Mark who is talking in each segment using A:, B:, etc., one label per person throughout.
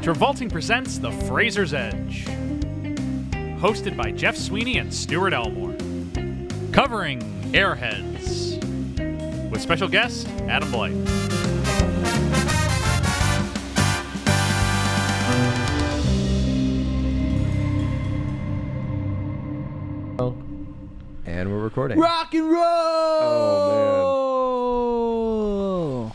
A: Travolting presents The Fraser's Edge, hosted by Jeff Sweeney and Stuart Elmore, covering Airheads, with special guest Adam Blight.
B: And we're recording.
C: Rock and roll.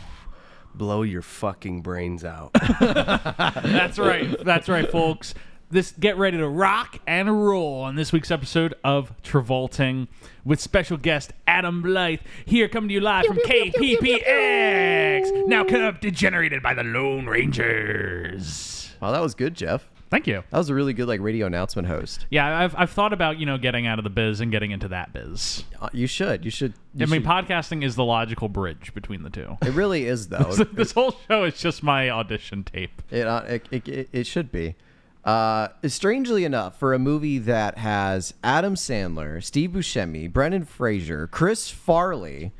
D: blow your fucking brains out.
A: That's right, that's right, folks. This get ready to rock and roll on this week's episode of Travolting with special guest Adam Blythe here coming to you live from KPPX, now kind of degenerated by the Lone Rangers.
B: Wow, that was good, Jeff.
A: Thank you.
B: That was a really good like radio announcement host.
A: Yeah, I've, I've thought about you know getting out of the biz and getting into that biz.
B: Uh, You should. You should. You
A: I mean,
B: should-
A: podcasting is the logical bridge between the two.
B: it really is though.
A: So this whole show is just my audition tape.
B: it, uh, it, it it it should be. Uh, strangely enough, for a movie that has Adam Sandler, Steve Buscemi, Brendan Fraser, Chris Farley,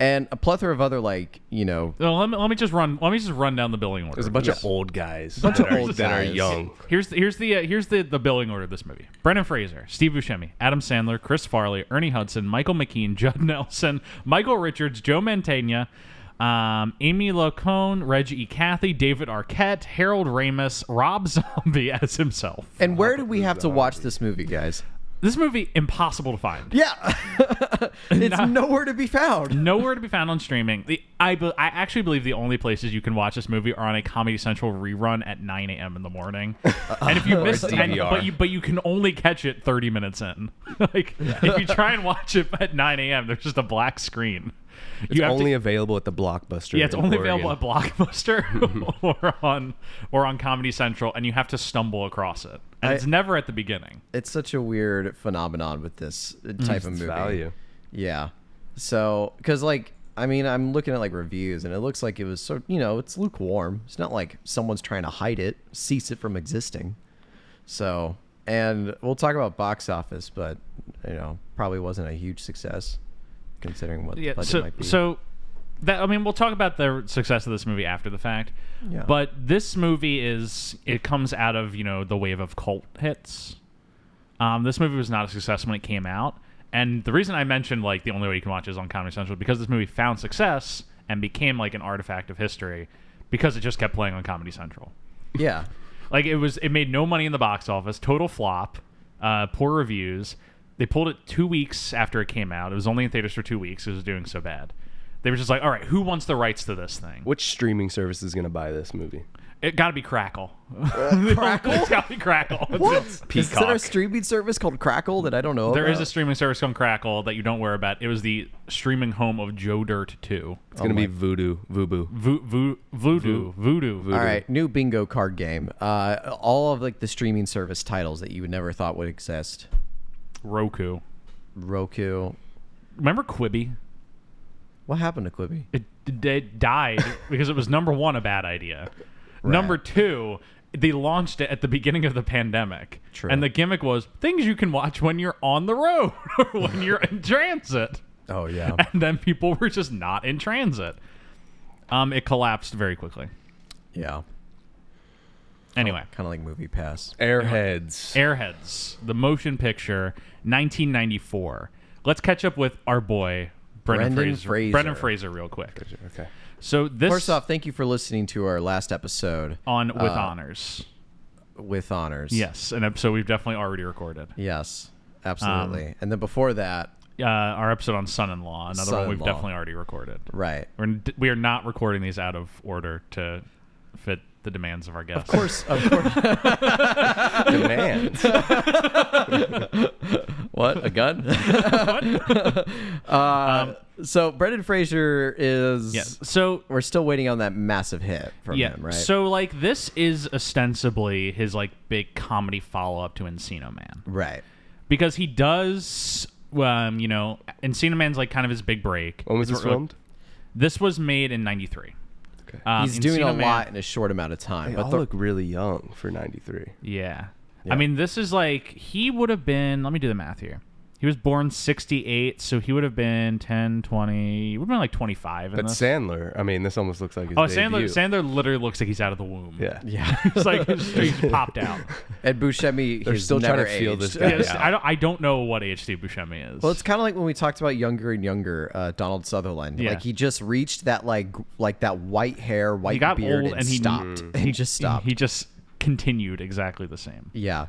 B: and a plethora of other like you know
A: So let me let me just run let me just run down the billing order.
D: There's a bunch of old guys.
B: Bunch
D: that
B: of
D: are-
B: old
D: that are
B: guys.
D: young.
A: Here's the, here's the uh, here's the the billing order of this movie: Brendan Fraser, Steve Buscemi, Adam Sandler, Chris Farley, Ernie Hudson, Michael McKean, Judd Nelson, Michael Richards, Joe Mantegna, um, Amy LaCone, Reggie E. Cathy, David Arquette, Harold Ramis, Rob Zombie as himself.
B: and where do we have to watch this movie, guys?
A: This movie impossible to find.
B: Yeah, it's nowhere to be found.
A: Nowhere to be found on streaming. The I, be- I actually believe the only places you can watch this movie are on a Comedy Central rerun at 9 a.m. in the morning. And if you miss it, and-
D: DVR.
A: but you but you can only catch it 30 minutes in. like if you try and watch it at 9 a.m., there's just a black screen.
D: It's
A: you have
D: only
A: to,
D: available at the Blockbuster.
A: yeah, it's
D: in
A: only
D: Oregon.
A: available at Blockbuster or on or on Comedy Central, and you have to stumble across it. And
B: I-
A: it's never at the beginning.
B: It's such a weird phenomenon with this uh, type of movie.
D: Mm, value.
B: Yeah. So, because like, I mean, I'm looking at like reviews, and it looks like it was so you know, it's lukewarm. It's not like someone's trying to hide it, cease it from existing. So, and we'll talk about box office, but you know, probably wasn't a huge success considering what the
A: yeah,
B: budget
A: so,
B: might be.
A: So that I mean, we'll talk about the success of this movie after the fact.
B: Yeah.
A: But this movie is it comes out of you know the wave of cult hits. Um, this movie was not a success when it came out, and the reason I mentioned like the only way you can watch it is on Comedy Central because this movie found success and became like an artifact of history because it just kept playing on Comedy Central.
B: yeah,
A: Like it was, it made no money in the box office. Total flop. Uh, poor reviews. They pulled it two weeks after it came out. It was only in theaters for two weeks. It was doing so bad. They were just like, all right, who wants the rights to this thing?
D: Which streaming service is going to buy this movie?
A: It got to be Crackle. crackle? it's got to be Crackle.
B: what? Is
D: Peacock.
B: there a streaming service called Crackle that I don't know?
A: There
B: about?
A: is a streaming service on Crackle that you don't worry about. It was the streaming home of Joe Dirt 2.
D: It's going to be Voodoo. Vooboo.
A: Vo- vo- voodoo. Voodoo.
B: All right, new bingo card game. Uh, all of like the streaming service titles that you would never thought would exist.
A: Roku.
B: Roku.
A: Remember Quibi?
B: What happened to Quibi?
A: it, it died because it was number one a bad idea number two they launched it at the beginning of the pandemic
B: True.
A: and the gimmick was things you can watch when you're on the road or when you're in transit
B: Oh yeah.
A: and then people were just not in transit um it collapsed very quickly
B: Yeah,
A: anyway
B: kind of like Movie Pass.
D: Airheads.
A: airheads the motion picture 1994 let's catch up with our boy Brendan,
B: Brendan
A: Fraser,
B: Fraser.
A: Brendan Fraser, real quick.
D: okay.
A: So this
B: First off, uh, thank you for listening to our last episode
A: on with honors.
B: with honors.
A: Yes, an episode we've definitely already recorded.
B: Yes, absolutely. and then before that,
A: Uh, our episode on son-in-law, another one we've
B: Son-in-Law.
A: definitely already recorded.
B: right.
A: We're n- we are not recording these out of order to fit the demands of our guests.
B: Of course, of course.
D: Demands.
B: what a gun. uh, so Brendan Fraser is.
A: Yes. So
B: We're still waiting on that massive hit from
A: yeah.
B: him, right?
A: So like this is ostensibly his like big comedy follow-up to Encino Man.
B: right.
A: because he does um, you know Encino Man's like kind of his big break.
D: When was
A: It's
D: this
A: re-
D: filmed?
A: This was made in 93.
D: Okay.
A: Um,
B: He's doing
A: Encino
B: a
A: Man-
B: lot in a short amount of time,
D: They
B: but
D: all
B: the,
D: look really young for 93.
A: Yeah. I mean, this is like he would have been. Let me do the math here. He was born 68, so he would have been 10, 20, would have been like 25 in
D: But
A: this.
D: Sandler, I mean, this almost looks like his
A: oh, Sandler,
D: debut.
A: Sandler literally looks like he's out of the womb.
D: Yeah.
B: Yeah.
A: It's like he's he's popped out.
B: Ed Buscemi,
D: They're
B: he's
D: still trying
B: never
D: to feel
B: aged.
D: this guy
A: Yeah, this-
D: out.
A: I don't I don't know what age Steve Buscemi is.
B: Well, it's kind of like when we talked about younger and younger uh, Donald Sutherland.
A: Yeah.
B: Like he just reached that like g- like that white hair, white
A: got
B: beard,
A: old
B: and,
A: and he-
B: stopped and just stopped.
A: He just continued exactly the same.
B: yeah,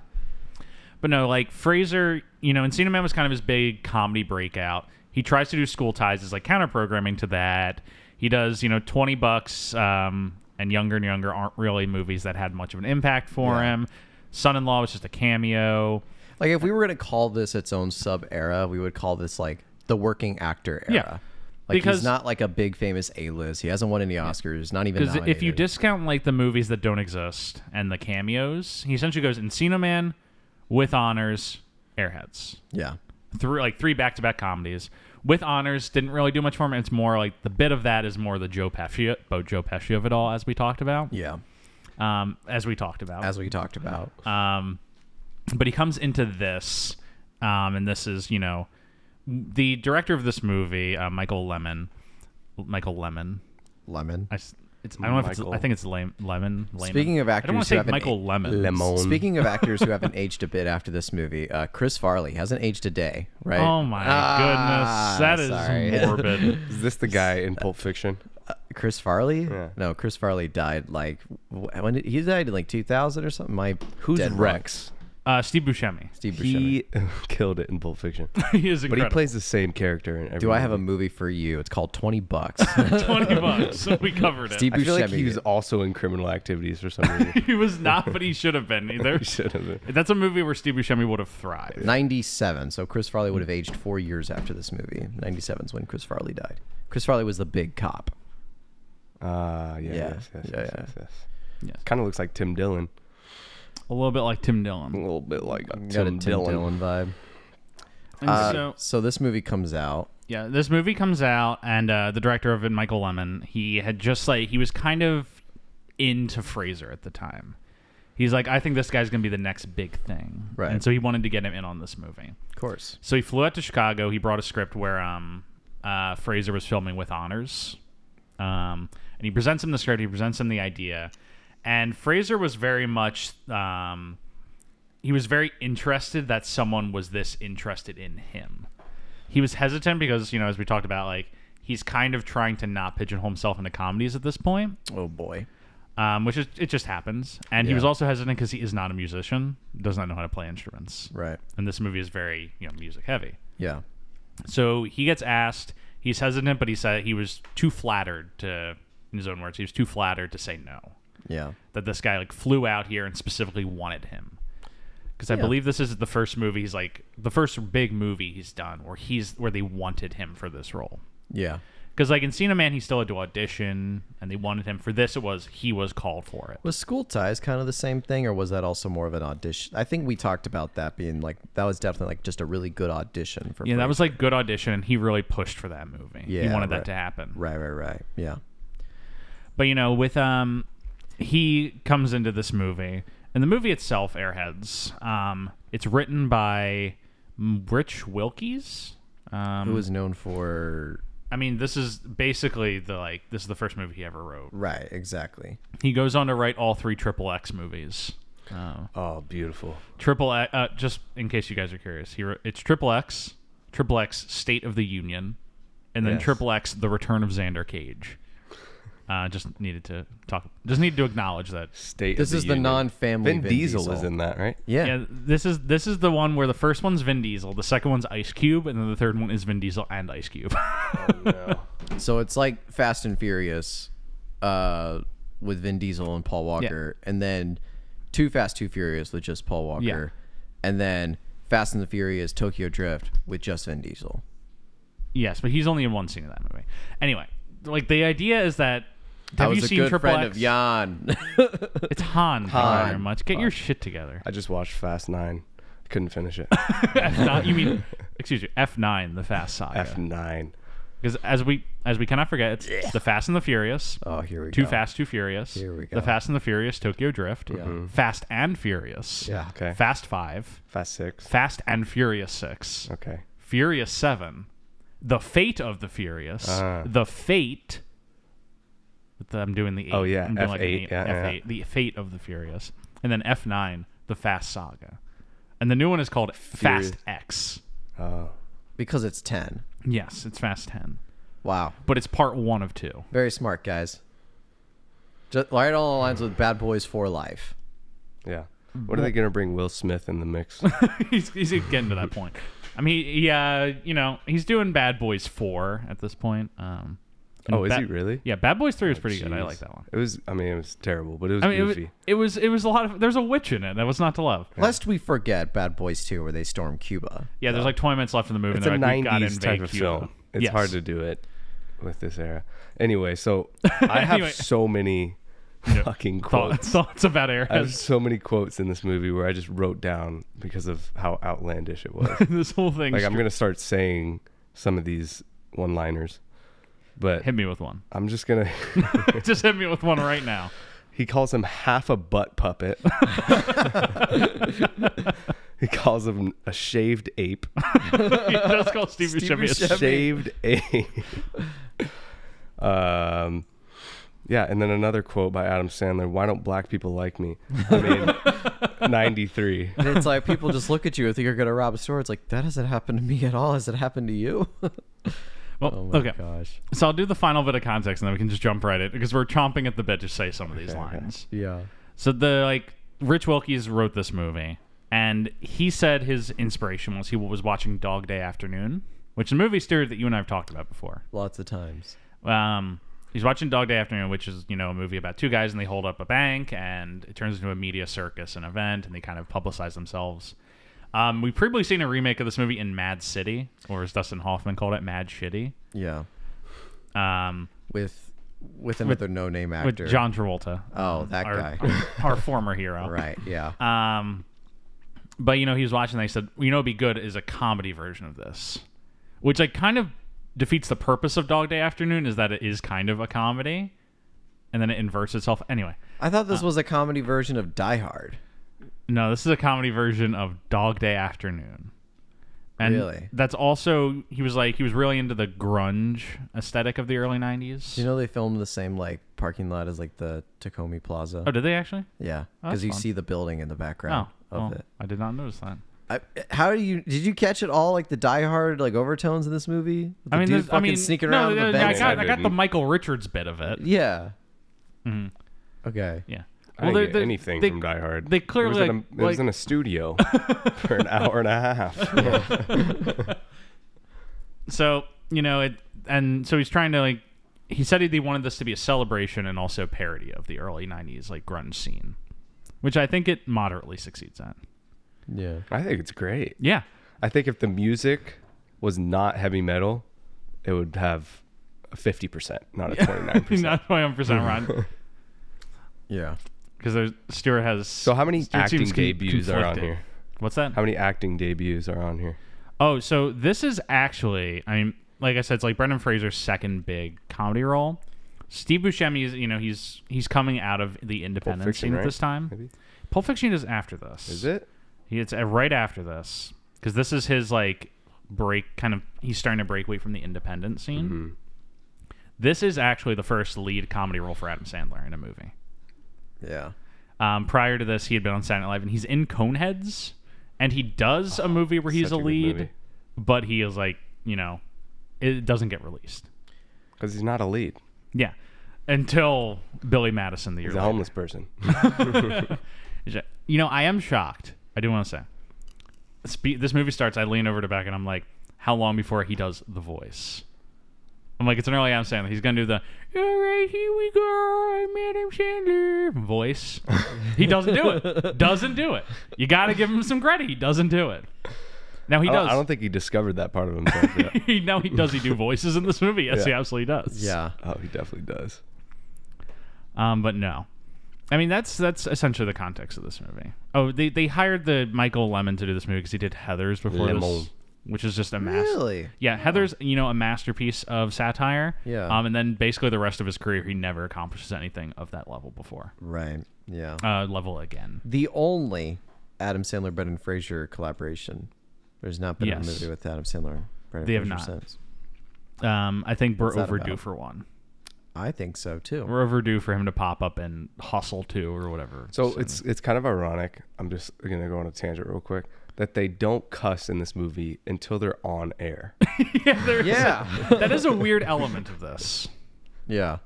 A: But no, like Fraser, you know, Encino Man was kind of his big comedy breakout. He tries to do school ties as like counter programming to that. He does, you know, 20 bucks um, and Younger and Younger aren't really movies that had much of an impact for
B: Yeah.
A: him. Son in Law was just a cameo.
B: like if we were gonna call this its own sub era, we would call this like the working actor
A: Yeah.
B: era. Like
A: Because-
B: he's not like a big famous A list. He hasn't won any Oscars. Not even
A: Because
B: nominated.
A: if you discount like the movies that don't exist and the cameos, he essentially goes Encino Man with honors, Airheads.
B: yeah,
A: Through like three back to back comedies. With honors, didn't really do much for him. It's more like the bit of that is more the Joe Pesci, Bo Joe Pesci of it all, as we talked about.
B: yeah,
A: Um, as we talked about.
B: as we talked about.
A: Um, but he comes into this, um, and this is you know, the director of this movie, uh, Michael Lemon, Michael Lemon.
B: Lemon.
A: I, s- it's, I don't know if it's
D: Michael.
A: I think it's Lem- Lemon. Lemon.
B: Speaking of
A: I don't
B: actors
A: wanna
B: who have
A: say
B: an e-
A: Michael
B: a-
A: Lemon.
D: Lemon.
B: Speaking of actors who haven't aged a bit after this movie, uh, Chris Farley hasn't aged a day, right?
A: Oh my
B: Ah,
A: goodness, that is
B: sorry.
A: morbid.
D: Is this the guy in Pulp Fiction?
B: Chris Farley?
D: Yeah.
B: No, Chris Farley died like wh- when did, he died in like 2000 or something. My
D: Who's
B: dead wrong.
D: Rex?
A: Uh, Steve Buscemi.
B: Steve Buscemi.
D: He killed it in Pulp Fiction.
A: he is
D: But he
A: incredible.
D: plays the same character in every
B: Do I have a
D: movie.
B: movie for you? It's called 20 Bucks.
A: twenty bucks. So we covered it.
B: Steve
D: I feel like he
B: Buscemi.
D: was also in criminal activities for some reason.
A: he was not, but he should have been either.
D: He should have been.
A: That's a movie where Steve Buscemi would have thrived.
B: 97. So Chris Farley would have aged four years after this movie. 97's when Chris Farley died. Chris Farley was the big cop.
D: Ah, yeah,
B: Yeah.
D: yes, yes,
B: Yeah,
D: yes,
B: yeah.
D: yes, yes.
A: Yes.
D: Kind of looks like Tim Dillon.
A: A little bit like Tim
D: A
A: Dillon.
D: little bit like
B: Got a
D: Tim,
B: Tim
D: Dillon.
B: Dillon vibe.
A: And
B: Uh,
A: so,
B: so this movie comes out.
A: Yeah, this movie comes out, and uh, the director of it, Michael Lemon, he had just like he was kind of into Fraser at the time. He's like, I think this guy's gonna be the next big thing,
B: Right.
A: And so he wanted to get him in on this movie.
B: Of course.
A: So he flew out to Chicago. He brought a script where um, uh, Fraser was filming with honors, um, and he presents him the script. He presents him the idea, and Fraser was very much um, he was very interested that someone was this interested in him. He was hesitant because you know, as we talked about, like he's kind of trying to not pigeonhole himself into comedies at this point,
B: Oh boy.
A: um, which is it just happens. And he
B: Yeah.
A: was also hesitant because he is not a musician, does not know how to play instruments,
B: Right.
A: and this movie is very you know music heavy.
B: Yeah.
A: So he gets asked. He's hesitant, but he said he was too flattered to, in his own words, he was too flattered to say no.
B: Yeah.
A: That this guy like flew out here and specifically wanted him, because I
B: Yeah.
A: believe this is the first movie he's like the first big movie he's done where he's where they wanted him for this role.
B: Yeah.
A: Because like in Cena Man, he still had to audition, and they wanted him for this. It was he was called for it.
B: Was school ties kind of the same thing, or was that also more of an audition? I think we talked about that being like that was definitely like just a really good audition for.
A: Yeah, that
B: Frank.
A: was like good audition, and he really pushed for that movie. he
B: Yeah,
A: wanted that
B: right.
A: to happen.
B: right, right, right. Yeah,
A: But you know, with um, he comes into this movie, and the movie itself, Airheads, um, it's written by mm, Rich Wilkies. Um,
B: who was known for?
A: I mean, this is basically the like this is the first movie he ever wrote.
B: Right, exactly.
A: He goes on to write all three Triple X movies. Uh,
D: Oh, beautiful.
A: Triple X, uh, just in case you guys are curious, he wrote, it's Triple X, Triple X, State of the Union, and then
D: Yes.
A: Triple X, The Return of Xander Cage. Uh, just needed to talk. Just need to acknowledge that
D: State.
B: This
D: of
B: is the
D: Union.
B: non-family
D: Vin,
B: Vin
D: Diesel,
B: Diesel.
D: is in that, right?
B: Yeah,
A: Yeah, this is this is the one where the first one's Vin Diesel, the second one's Ice Cube, and then the third one is Vin Diesel and Ice Cube.
D: No.
B: so it's like Fast and Furious, uh, with Vin Diesel and Paul Walker, and then Too Fast, Too Furious with just Paul Walker, and then Fast and the Furious Tokyo Drift with just Vin Diesel.
A: yes, but he's only in one scene in that movie. Anyway, like the idea is that have
B: I was
A: you
B: a
A: seen
B: good
A: Triple
B: friend
A: X?
B: of Jan.
A: It's Han. Thank you very much. Get your shit together.
D: I just watched Fast Nine. Couldn't finish it.
A: F9, you mean excuse me, F nine, the Fast Saga.
D: F nine.
A: Because as we as we cannot forget, it's the Fast and the Furious.
B: Oh, here we
A: Too
B: go.
A: Fast, Too Furious.
B: Here we
A: The
B: go.
A: Fast and the Furious, Tokyo Drift. Fast and Furious.
B: Yeah.
D: Okay.
A: Fast Five.
D: Fast six.
A: Fast and Furious Six.
D: Okay.
A: Furious Seven. The Fate of the Furious.
D: Ah.
A: the Fate. with the- I'm doing the eight.
D: Oh, yeah,
A: I'm doing like an
D: F8,
A: eight-
D: yeah, yeah.
A: F8, The Fate of the Furious, and then F9, the Fast Saga, and the new one is called
D: Furious.
A: Fast X.
D: Oh.
B: Because it's 10.
A: Yes, it's Fast Ten,
B: Wow.
A: but it's part one of two.
B: Very smart, guys. Just right all aligns with Bad Boys for Life.
D: Yeah. What are they gonna bring Will Smith in the mix?
A: he's, he's getting to that point. I mean, he, uh, you know, he's doing Bad Boys Four at this point. Um, and
D: Oh, is
A: Ba-
D: he really? Oh,
A: Yeah, Bad Boys Three was pretty good. I
D: Jeez.
A: like that one.
D: It was. I mean, it was terrible, but it was
A: I mean, it was,
D: goofy.
A: it was it was a lot of there's a witch in it that was not to love.
B: Lest we forget Bad Boys 2, where they storm Cuba.
A: Yeah, there's like 20 minutes left in the movie.
D: it's a
A: and they're like, "We gotta
D: '90s type
A: invade
D: of
A: Cuba."
D: film. It's
A: Yes.
D: hard to do it with this era. Anyway, so I have
A: Anyway.
D: so many fucking
A: Thought-
D: quotes.
A: thoughts about
D: I have
A: Eras.
D: so many quotes in this movie where I just wrote down because of how outlandish it was.
A: this whole thing.
D: like I'm gonna start saying some of these one-liners, but
A: hit me with one.
D: I'm just gonna.
A: Just hit me with one right now.
D: He calls him half a butt puppet. he calls him a shaved ape.
A: He does call Stevie Chevy.
B: Stevie Chevy.
D: Shaved ape. um, yeah, and then another quote by Adam Sandler: "Why don't black people like me?" I mean, ninety-three.
B: And it's like people just look at you and think you're going to rob a store. It's like, that hasn't happened to me at all. Has it happened to you?
A: Well,
B: oh my
A: okay.
B: gosh.
A: So I'll do the final bit of context, and then we can just jump right in because we're chomping at the bit to say some of these lines.
B: Yeah.
A: So the like Rich Wilkies wrote this movie, and he said his inspiration was he was watching Dog Day Afternoon, which is a movie Stuart that you and I have talked about before.
B: Lots of times.
A: Um, he's watching Dog Day Afternoon, which is you know a movie about two guys and they hold up a bank and it turns into a media circus, an event, and they kind of publicize themselves. Um, we've previously seen a remake of this movie in Mad City, or as Dustin Hoffman called it, Mad Shitty,
B: Yeah.
A: um,
B: With with another no name
A: with
B: actor.
A: John Travolta,
B: Oh, that
A: our,
B: guy.
A: our former hero,
B: right. Yeah.
A: Um, but you know, he was watching. They said, you know, it'd be good is a comedy version of this, which like kind of defeats the purpose of Dog Day Afternoon is that it is kind of a comedy, and then it inverts itself. Anyway,
B: I thought this was a comedy version of Die Hard.
A: no, this is a comedy version of Dog Day Afternoon. And
B: Really?
A: That's also he was like he was really into the grunge aesthetic of the early '90s.
B: Do you know they filmed the same like parking lot as like the Tacoma Plaza?
A: oh, did they actually?
B: Yeah,
A: Oh, that's
B: because you
A: fun.
B: see the building in the
A: Oh,
B: background
A: well,
B: of it.
A: I did not notice that.
B: I, how do you did you catch it all like the Die Hard like overtones in this movie? The
A: I mean,
B: dude
A: there's-
B: fucking
A: I mean,
B: sneaking
A: no,
B: around
A: no,
B: the
A: no, I
B: bank.
A: got, I got the
D: didn't.
A: Michael Richards bit of it.
B: yeah.
A: Mhm.
B: Okay.
A: Yeah.
D: I didn't get anything
A: they,
D: from Die Hard.
A: they
D: It was
A: clearly,
D: in a-
A: like-
D: it was
A: like-
D: in a studio for an hour and a half.
A: So you know it, and so he's trying to like. He said he wanted this to be a celebration and also parody of the early '90s like grunge scene, which I think it moderately succeeds at.
B: Yeah.
D: I think it's great.
A: Yeah,
D: I think if the music was not heavy metal, it would have a 50%, not a 29%.
A: not 21 percent Ron,
B: Yeah.
A: because there's Stewart has.
D: So how many
A: Stuart
D: acting
A: seems con-
D: debuts are on
A: conflicted.
D: here?
A: What's that?
D: How many acting debuts are on here?
A: Oh, so this is actually, I mean, like I said, it's like Brendan Fraser's second big comedy role. Steve Buscemi is, you know, he's he's coming out of the independent
D: Fiction,
A: scene at
D: right?
A: this time.
D: Maybe.
A: Pulp Fiction is after this.
D: Is it?
A: He, it's uh, right after this because this is his like break, kind of. He's starting to break away from the independent scene.
D: Mm-hmm.
A: This is actually the first lead comedy role for Adam Sandler in a movie.
B: Yeah.
A: Um, prior to this, he had been on Saturday Night Live, and he's in Coneheads, and he does a movie where he's
D: Ah, such
A: a
D: a good
A: lead,
D: movie.
A: but he is like, you know, it doesn't get released.
D: Because he's not a lead.
A: Yeah, until Billy Madison the year
D: He's a
A: later.
D: homeless person.
A: He's like- You know, I am shocked. I do want to say, Spe- this movie starts. I lean over to back, and I'm like, how long before he does the voice? I'm like, it's an early Adam Sandler. He's gonna do the "All right, here we go, I'm Adam Sandler" voice. He doesn't do it. Doesn't do it. You gotta give him some credit. He doesn't do it. Now he
D: I,
A: does.
D: don't, I don't think he discovered that part of himself uh, yet.
A: he, now he does. He do voices in this movie. Yes, he
D: Yeah.
A: absolutely does.
B: Yeah.
D: oh, he definitely does.
A: Um, but no. I mean that's that's essentially the context of this movie. Oh, they, they hired the Michael Lemon to do this movie because he did Heather's before
D: Lemon.
A: this. which is just a mass.
B: Really?
A: Yeah, Heather's you know a masterpiece of satire.
B: Yeah.
A: Um, and then basically the rest of his career, he never accomplishes anything of that level before.
B: Right. Yeah.
A: Uh, level again.
B: the only Adam Sandler Brendan Fraser collaboration. There's not been
A: Yes.
B: a movie with Adam Sandler. Brendan
A: They have
B: Fraser
A: not.
B: Since.
A: Um, I think we're
B: that
A: overdue
B: about?
A: for one.
B: I think so too.
A: We're overdue for him to pop up and hustle two or whatever.
D: So it's it's kind of ironic. I'm just gonna go on a tangent real quick. That they don't cuss in this movie until they're on air.
A: yeah, there is-
B: Yeah.
A: that is a weird element of this.
B: yeah.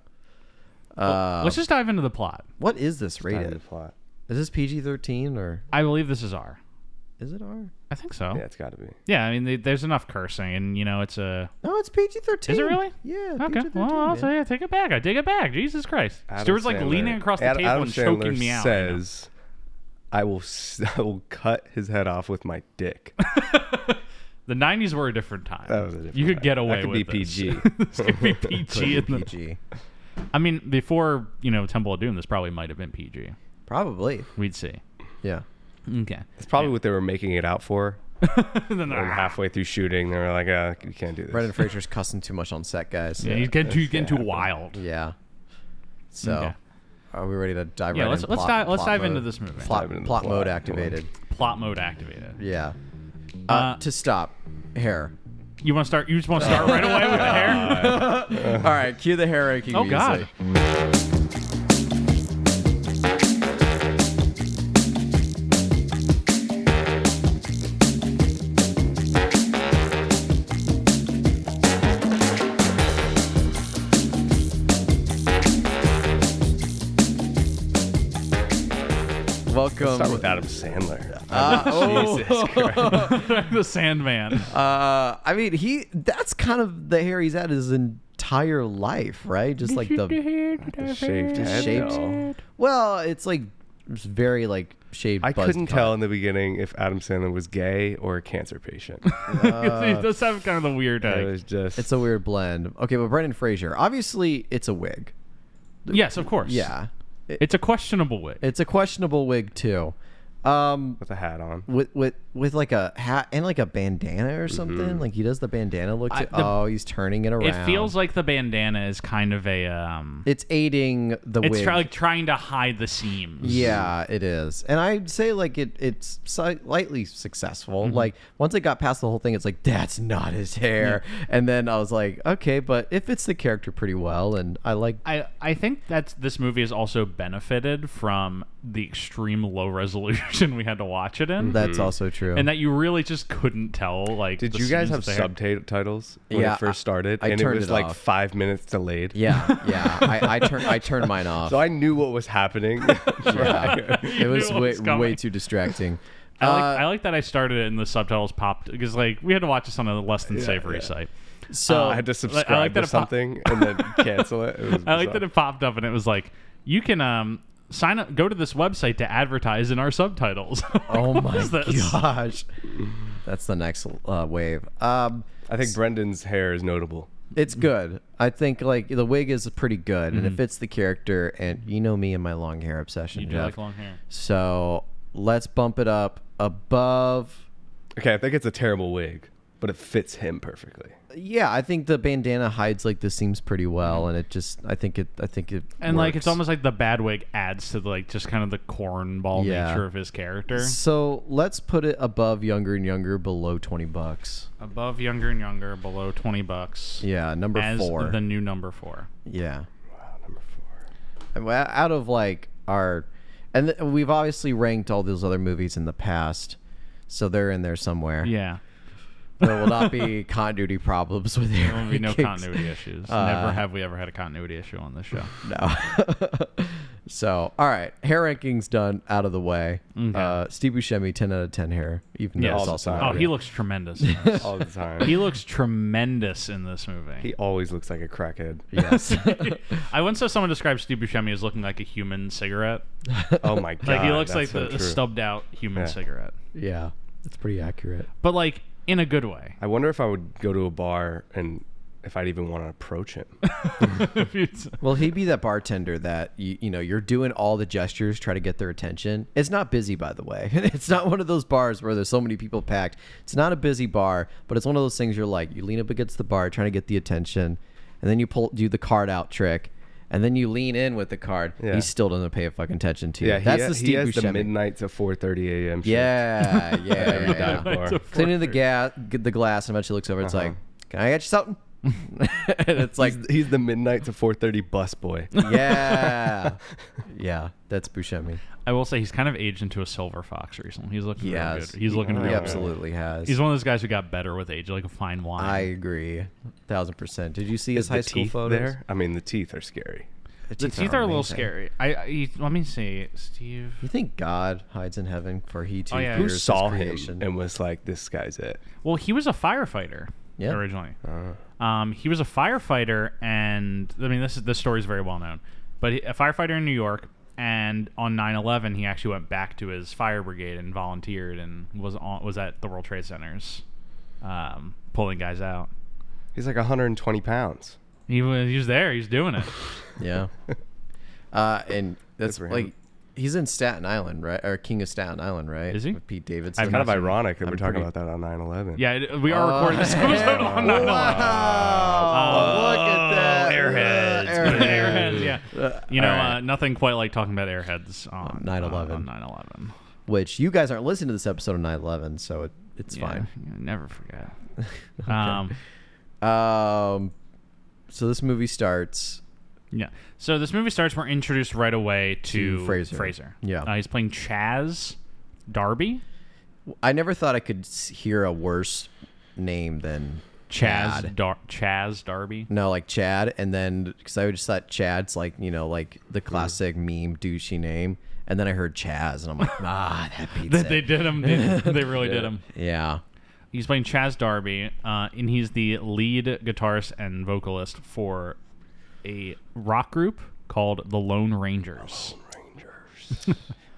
B: Uh,
A: Let's just dive into the plot.
B: what is this
D: Time to
B: rated?
D: plot.
B: Is this PG-13 or
A: I believe this is R.
B: is it R?
A: I think so.
D: Yeah,
A: Yeah,
D: it's got to be.
A: I mean, they, there's enough cursing, and you know, it's a.
B: No, it's PG-13.
A: Is it really?
B: Yeah.
A: Okay.
B: PG-13,
A: Well, I'll
B: man.
A: say I take it back. I take it back. Jesus Christ.
D: Adam
A: Stuart's like
D: Sandler-
A: leaning across the
D: Ad-
A: table and choking
D: Sandler
A: me out. right now.
D: Says, "I will s- I will cut his head off with my dick."
A: the '90s were a different time.
D: That was a different
A: you could
D: time.
A: get
D: That
A: away
D: could
A: with
D: be
A: this.
D: PG.
A: this could be PG. in the-
B: PG.
A: I mean, before you know Temple of Doom, this probably might have been PG.
B: Probably.
A: We'd see.
B: Yeah.
A: Okay.
D: It's probably what they were making it out for.
A: And then,
D: And
A: ah,
D: halfway through shooting, they were like, uh, "You can't do this."
B: Brendan Fraser's cussing too much on set, guys.
A: yeah, he's getting too, he's getting too wild.
B: Yeah. So,
A: Okay.
B: are we ready to dive
A: Yeah,
B: right
A: let's-
B: in?
A: let's
B: plot,
A: dive- let's
B: plot
A: dive into
B: mode.
A: this movie.
B: Plot,
D: Dive into the
B: plot
D: plot.
B: mode
D: Hold on.
B: activated.
A: Plot mode activated.
B: Yeah. Uh,
A: Uh,
B: to stop, hair.
A: You want to start? You just want to start right away with the hair?
B: All right, cue the hair ranking.
A: Oh, God.
B: Welcome.
D: Start with Adam Sandler.
B: Uh, oh,
D: Jesus Christ.
A: the Sandman.
D: Um,
B: uh, I mean, he—that's kind of the hair he's had his entire life, right? Just like the
D: The shaved
B: just
D: head.
B: shaved.
D: though.
B: Well, it's like it's very like shaved.
D: I
B: buzz
D: couldn't
B: cut.
D: tell in the beginning if Adam Sandler was gay or a cancer patient.
A: he does have kind of the weird.
D: it
A: Like,
D: was just
B: It's a weird blend. Okay, but Brendan Fraser, obviously, it's a wig.
A: yes, of course.
B: Yeah, It-
A: It's a questionable wig.
B: it's a questionable wig too. Um,
D: with a hat on.
B: with with with like a hat and like a bandana or something. Like he does the bandana look.
A: Mm-hmm. I-
B: too.
A: the-
B: oh, he's turning it around.
A: It feels like the bandana is kind of a um.
B: it's aiding the
A: It's
B: wig.
A: try, like trying to hide the seams.
B: yeah, it is, and I'd say like it it's slightly successful.
A: Mm-hmm.
B: Like once it got past the whole thing, it's like that's not his hair, and then I was like, okay, but it fits the character pretty well, and I like
A: I, I think that's this movie has also benefited from the extreme low resolution we had to watch it in,
B: that's also true.
A: Mm-hmm. and that you really just couldn't tell. Like,
D: Did
A: the
D: you guys
A: seams
D: have
A: there.
D: subtitles when
B: Yeah,
D: it
B: I-
D: first started?
B: I
D: and
B: turned
D: it was
B: it
D: like
B: off.
D: five minutes delayed.
B: yeah, yeah, I, I turn I turn mine off.
D: So I knew what was happening.
B: yeah. it was
A: knew what was
B: way, way
A: coming.
B: too distracting. Uh,
A: I like, I like that I started it and the subtitles popped because like we had to watch this on a less than savory site. Ah,
B: So
D: I had to subscribe
A: that
D: to
A: it pop-
D: something and then cancel it. It was
A: I like that
D: bizarre.
A: it popped up and it was like you can um sign up go to this website to advertise in our subtitles.
B: Oh
A: What
B: my
A: is this?
B: gosh. That's the next uh, wave. Um,
D: I think Brendan's hair is notable.
A: Mm-hmm.
B: it's good. I think like the wig is pretty good and it fits the character. And you know me and my long hair obsession.
A: You do
B: Jeff.
A: like long hair.
B: So let's bump it up above.
D: Okay, I think it's a terrible wig, but it fits him perfectly.
B: Yeah, I think the bandana hides like the seams pretty well, and it just I think it I think it
A: Mm-hmm. And like it's
B: works.
A: almost like the bad wig adds to the, like just kind of the cornball
B: Yeah.
A: nature of his character.
B: so let's put it above younger and younger, below twenty bucks.
A: Above younger and younger, below twenty bucks.
B: Yeah, number
A: as
B: four.
A: the new number four.
B: yeah.
D: Wow, number four.
B: Well, out of like our and th- we've obviously ranked all those other movies in the past so they're in there somewhere
A: Yeah.
B: there will not be continuity problems with
A: There
B: there
A: will be no continuity issues.
B: Uh,
A: Never have we ever had a continuity issue on this show.
B: no so all right hair rankings done out of the way uh steve buscemi 10 out of 10 hair even though
A: Mm-hmm. Yes.
B: it's
D: All
B: also
D: the
A: Oh,
D: time.
B: not
A: he looks tremendous. in this.
D: All the time.
A: he
D: he,
A: looks tremendous in this movie.
D: always looks like a crackhead.
B: yes
A: I once saw someone describe Steve Buscemi as looking like a human cigarette.
D: Oh my god.
A: Like he looks like
D: that's so
A: the, the
D: true.
A: stubbed out human
D: Yeah.
A: cigarette,
B: yeah that's pretty accurate
A: but like in a good way.
D: I wonder if I would go to a bar and if I'd even want to approach him.
A: If it's-
B: Well, he'd be that bartender that you, you know you're doing all the gestures, try to get their attention. It's not busy, by the way. It's not one of those bars where there's so many people packed. It's not a busy bar, but it's one of those things you're like you lean up against the bar trying to get the attention, and then you pull do the card out trick, and then you lean in with the card.
D: Yeah.
B: He still doesn't pay a fucking attention to you.
D: yeah,
B: That's
D: he,
B: the
D: he
B: Steve
D: has
B: Buscemi.
D: the midnight to 4:30 a.m. shift.
B: Yeah, yeah, yeah,
D: Every dive
B: yeah.
D: bar.
A: It's a
B: Cleaning the gas, the glass, and eventually looks over. It's like, can I get you something? and it's like,
D: Uh-huh. He's, he's the midnight to 4:30 bus boy.
B: yeah, yeah, that's Buscemi.
A: I will say he's kind of aged into a silver fox recently. He's looking real
B: Yes.
A: good. He's looking
B: He
A: real good.
B: absolutely has.
A: He's one of those guys who got better with age, like a fine wine.
B: I agree, thousand percent. Did you see his
D: The
B: high school
D: teeth
B: photos?
D: there. I mean, the teeth are scary.
A: the teeth are, a little
B: amazing.
A: scary. I, I he- let me see, Steve.
B: You think God hides in heaven for he too
A: Oh, yeah.
B: fears
A: Who
B: his
D: Saw him
B: creation?
D: and was like, "This guy's it."
A: Well, he was a firefighter
B: Yeah.
A: originally. Um, he was a firefighter, and I mean, this is this story is very well known. But he, a firefighter in New York, and on 9/11, he actually went back to his fire brigade and volunteered, and was on was at the World Trade Centers, um, pulling guys out.
D: He's like 120 pounds.
A: He was he was there. He was doing it.
B: Yeah. Uh, and that's
D: for him.
B: like he's in Staten Island, right? Or King of Staten Island, right?
A: Is he?
B: With Pete Davidson.
A: I've
D: Kind of
A: Massive.
D: ironic that we're talking
B: pretty-
D: about that on 9/11.
A: Yeah, it- we are recording
B: Oh,
A: this episode on 9/11.
B: Wow. Look at that.
A: Airheads.
B: Uh, airheads.
A: airheads. Yeah. You know,
B: Alright.
A: uh, nothing quite like talking about airheads on
B: 9/11.
A: On 9/11.
B: Which you guys aren't listening to this episode of 9/11, so it, it's
A: Yeah,
B: fine.
A: you never forget. um,
B: Um, so this movie starts.
A: yeah. So this movie starts. We're introduced right away to,
B: To Fraser. Yeah.
A: Uh, he's playing Chaz Darby.
B: I never thought I could s- hear a worse name than
A: Chaz
B: Chad.
A: Dar- Chaz Darby.
B: No, like Chad, and then because I just thought Chad's like you know like the
A: Mm.
B: classic meme douchey name, and then I heard Chaz, and I'm like, ah, that beats
A: they
B: it.
A: did him. They, they really did him.
B: Yeah,
A: He's playing Chaz Darby, uh, and he's the lead guitarist and vocalist for a rock group called the Lone Rangers.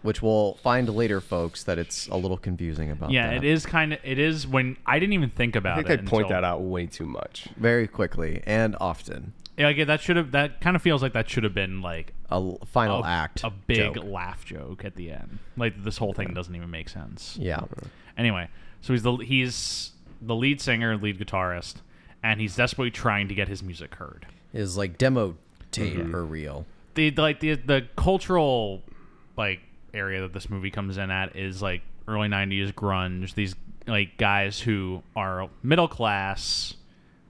B: which we'll find later, folks, that it's a little confusing about.
A: yeah,
B: that.
A: it is kind of. It is when I didn't even think about
D: I think
A: it.
D: they point
A: until-
D: that out way too much.
B: very quickly and often
A: Yeah, like, that should have. That kind of feels like that should have been like
B: a l- final
A: a-
B: act,
A: a big
B: joke.
A: laugh joke at the end. Like this whole thing doesn't even make sense.
B: yeah,
A: Anyway, so he's the he's the lead singer, lead guitarist, and he's desperately trying to get his music heard.
B: is like demo tape
A: Mm-hmm.
B: or reel.
A: the the, like the the cultural like area that this movie comes in at is like early 90s grunge these like guys who are middle class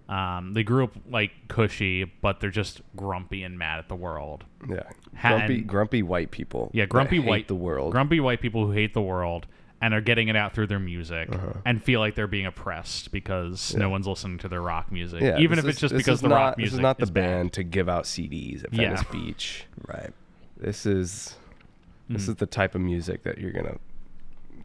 A: um, they grew up like cushy but they're just grumpy and mad at the world
D: Yeah,
A: Ha-
D: grumpy,
A: and-
D: grumpy white people.
A: yeah
D: that
A: grumpy
D: hate
A: white
D: the world.
A: grumpy white people who hate the world and are getting it out through their music
D: Uh-huh.
A: and feel like they're being oppressed because no one's listening to their rock music
D: Yeah,
A: even if
D: this
A: it's
D: is-
A: just
D: this
A: because
D: is
A: the
D: not,
A: rock
D: This
A: music
D: is not the
A: bad.
D: band to give out CDs at
A: Yeah.
D: Venice Beach.
B: Right.
D: This is
A: Hmm.
D: this is the type of music that you're gonna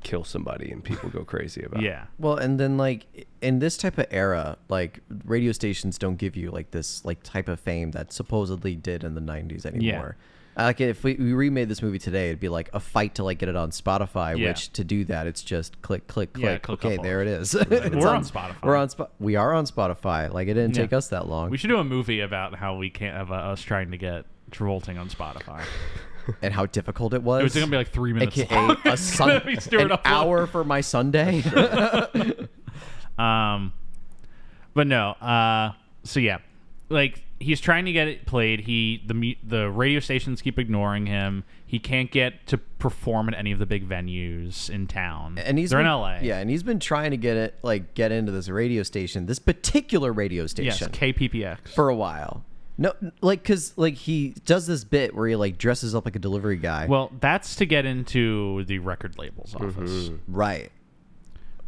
D: kill somebody and people go crazy about.
A: yeah
B: Well, and then like in this type of era, like radio stations don't give you like this like type of fame that supposedly did in the '90s anymore. Uh, Like if we, we remade this movie today, it'd be like a fight to like get it on Spotify.
A: Yeah.
B: Which to do that, it's just click, click, click.
A: Yeah, click
B: okay,
A: upload.
B: there it is. It's
A: We're on Spotify.
B: We're on Spo- We are on Spotify. Like it didn't
A: Yeah.
B: take us that long,
A: We should do a movie about how we can't have uh, us trying to get Travolting on Spotify.
B: and how difficult it was.
A: It was gonna be like three minutes.
B: AKA a sun-
A: He's doing
B: an
A: upload.
B: hour for my Sunday.
A: Um, but no. Uh, so yeah, like he's trying to get it played. He the mu- the radio stations keep ignoring him. He can't get to perform at any of the big venues in town.
B: and he's
A: they're
B: been,
A: in LA.
B: Yeah, and he's been trying to get it like get into this radio station, this particular radio
A: Yes,
B: station
A: KPPX.
B: for a while. No, like because like he does this bit where he like dresses up like a delivery guy.
A: well, that's to get into the record label's office.
B: right.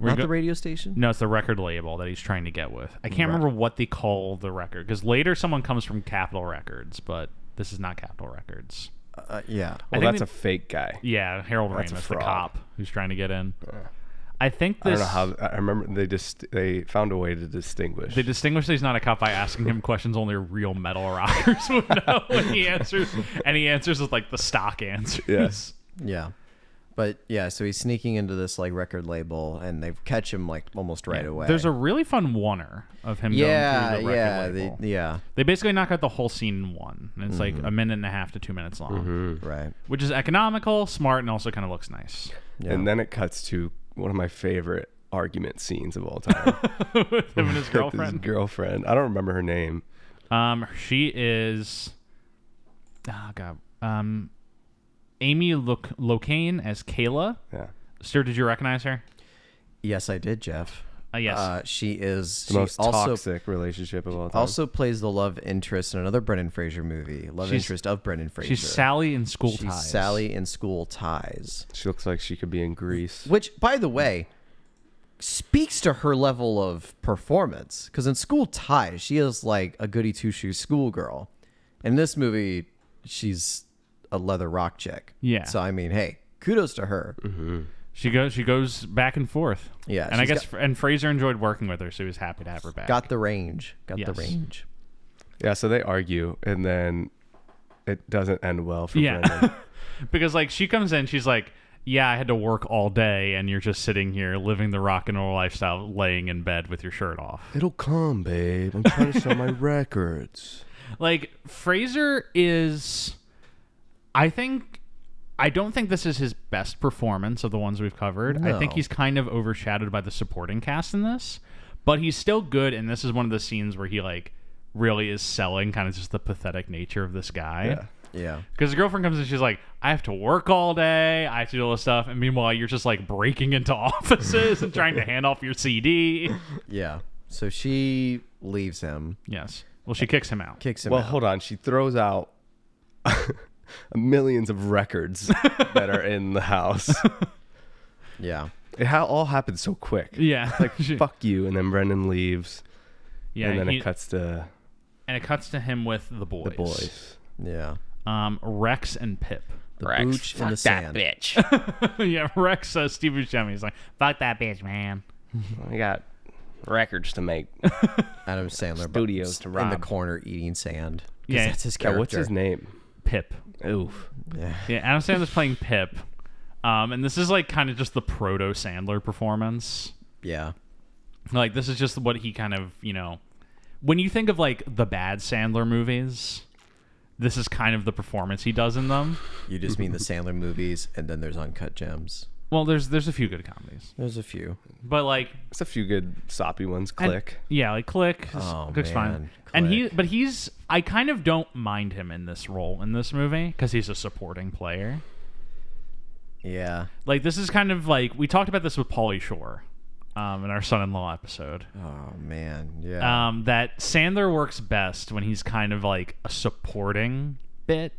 A: We're
B: Not
A: go-
B: the radio station.
A: No, it's the record label that he's trying to get with. I can't remember what they call the record because later someone comes from Capitol Records, but this is not Capitol Records.
B: Uh,
A: I
B: yeah.
D: Well,
A: think
D: that's
A: they-
D: a fake guy.
A: Yeah, Harold
D: That's a
A: Ramis, the
D: fraud.
A: cop who's trying to get in. I think
D: I
A: this.
D: don't know how. I remember they just they found a way to distinguish.
A: they distinguish that he's not a cop by asking him questions only real metal rockers would know when he answers, and he answers with like the stock answers.
D: Yes.
B: Yeah. But yeah, so he's sneaking into this like record label, and they catch him like almost right away.
A: There's a really fun oneer of him
B: yeah,
A: going through the record
B: yeah,
A: label.
B: they- yeah,
A: They basically knock out the whole scene in one, and it's
D: Mm-hmm.
A: like a minute and a half to two minutes long,
B: right.
A: which is economical, smart, and also kind of looks nice.
B: Yeah.
D: And then it cuts to one of my favorite argument scenes of all time.
A: With him and his
D: His
A: girlfriend.
D: girlfriend. I don't remember her name.
A: Um, she is, oh god, um, Amy Loc- Locane as Kayla.
D: Yeah.
A: Sir, did you recognize her?
B: yes, I did, Jeff.
A: Uh, yes.
B: Uh, she is
D: The
B: she
D: most
B: also
D: toxic relationship of all time.
B: also plays the love interest in another Brendan Fraser movie. Love
A: She's-
B: interest of Brendan Fraser.
A: She's Sally in school
B: She's
A: ties.
B: Sally in school ties.
D: she looks like she could be in Greece.
B: Which, by the way, speaks to her level of performance. Because in School Ties, she is like a goody two shoes schoolgirl. In this movie, she's a leather rock chick.
A: Yeah. Mm-hmm.
B: So I mean, hey, kudos to her.
A: She goes. She goes back and forth.
B: Yeah,
A: And I
B: she's
A: guess and Fraser enjoyed working with her, so he was happy to have her back.
B: Got the range. Got the
A: Yes.
B: range.
D: Yeah, so they argue and then it doesn't end well for
A: Yeah.
D: Brendan.
A: because like she comes in, she's like, "Yeah, I had to work all day, and you're just sitting here living the rock and roll lifestyle, laying in bed with your shirt off."
D: It'll come, babe. I'm trying to sell my records.
A: Like Fraser is, I think. I don't think this is his best performance of the ones we've covered. I think
B: No.
A: he's kind of overshadowed by the supporting cast in this, but he's still good. And this is one of the scenes where he like really is selling kind of just the pathetic nature of this guy.
B: Yeah.
A: Because the girlfriend comes and she's like, I have to work all day. I have to do all this stuff. And meanwhile, you're just like breaking into offices and trying to hand off your CD.
B: Yeah. So she leaves him,
A: Yes. Well, she kicks him out.
B: kicks him
D: Well,
B: out.
D: hold on. She throws out millions of records that are in the house.
B: Yeah.
D: It ha- all happened so quick.
A: Yeah. Like,
D: Fuck you. And then Brendan leaves.
A: yeah.
D: and then
A: he-
D: it cuts to
A: and it cuts to him with the boys.
D: the boys.
B: Yeah.
A: Um, Rex and Pip.
B: The booch in the sand.
C: bitch.
A: yeah. Rex, uh, Steve Buscemi. He's like, fuck that bitch, man.
C: I got records to make.
B: Adam Sandler but
C: Studios to
B: in the
C: rob.
B: corner eating sand. 'Cause
A: Yeah.
B: That's his
D: Yeah,
B: character.
D: what's his name?
A: Pip.
D: Oof.
A: Yeah. Adam Sandler's playing Pip. Um, and this is like kind of just the proto Sandler performance.
B: Yeah.
A: Like this is just what he kind of you know, when you think of like the bad Sandler movies, this is kind of the performance he does in them.
B: You just mean the Sandler movies, and then there's Uncut Gems.
A: Well, there's there's a few good comedies,
B: There's a few.
A: but like
D: It's a few good soppy ones.
A: and-
D: Click.
A: yeah, like Click, is-
B: Oh,
A: Click's fine,
B: man,
A: and he
B: Click.
A: but he's I kind of don't mind him in this role in this movie because he's a supporting player.
B: Yeah.
A: Like this is kind of like we talked about this with Pauly Shore, um, in our son-in-law episode.
B: Oh man.
D: Uh,
B: Yeah.
A: um, that Sandler works best when he's kind of like a supporting bit.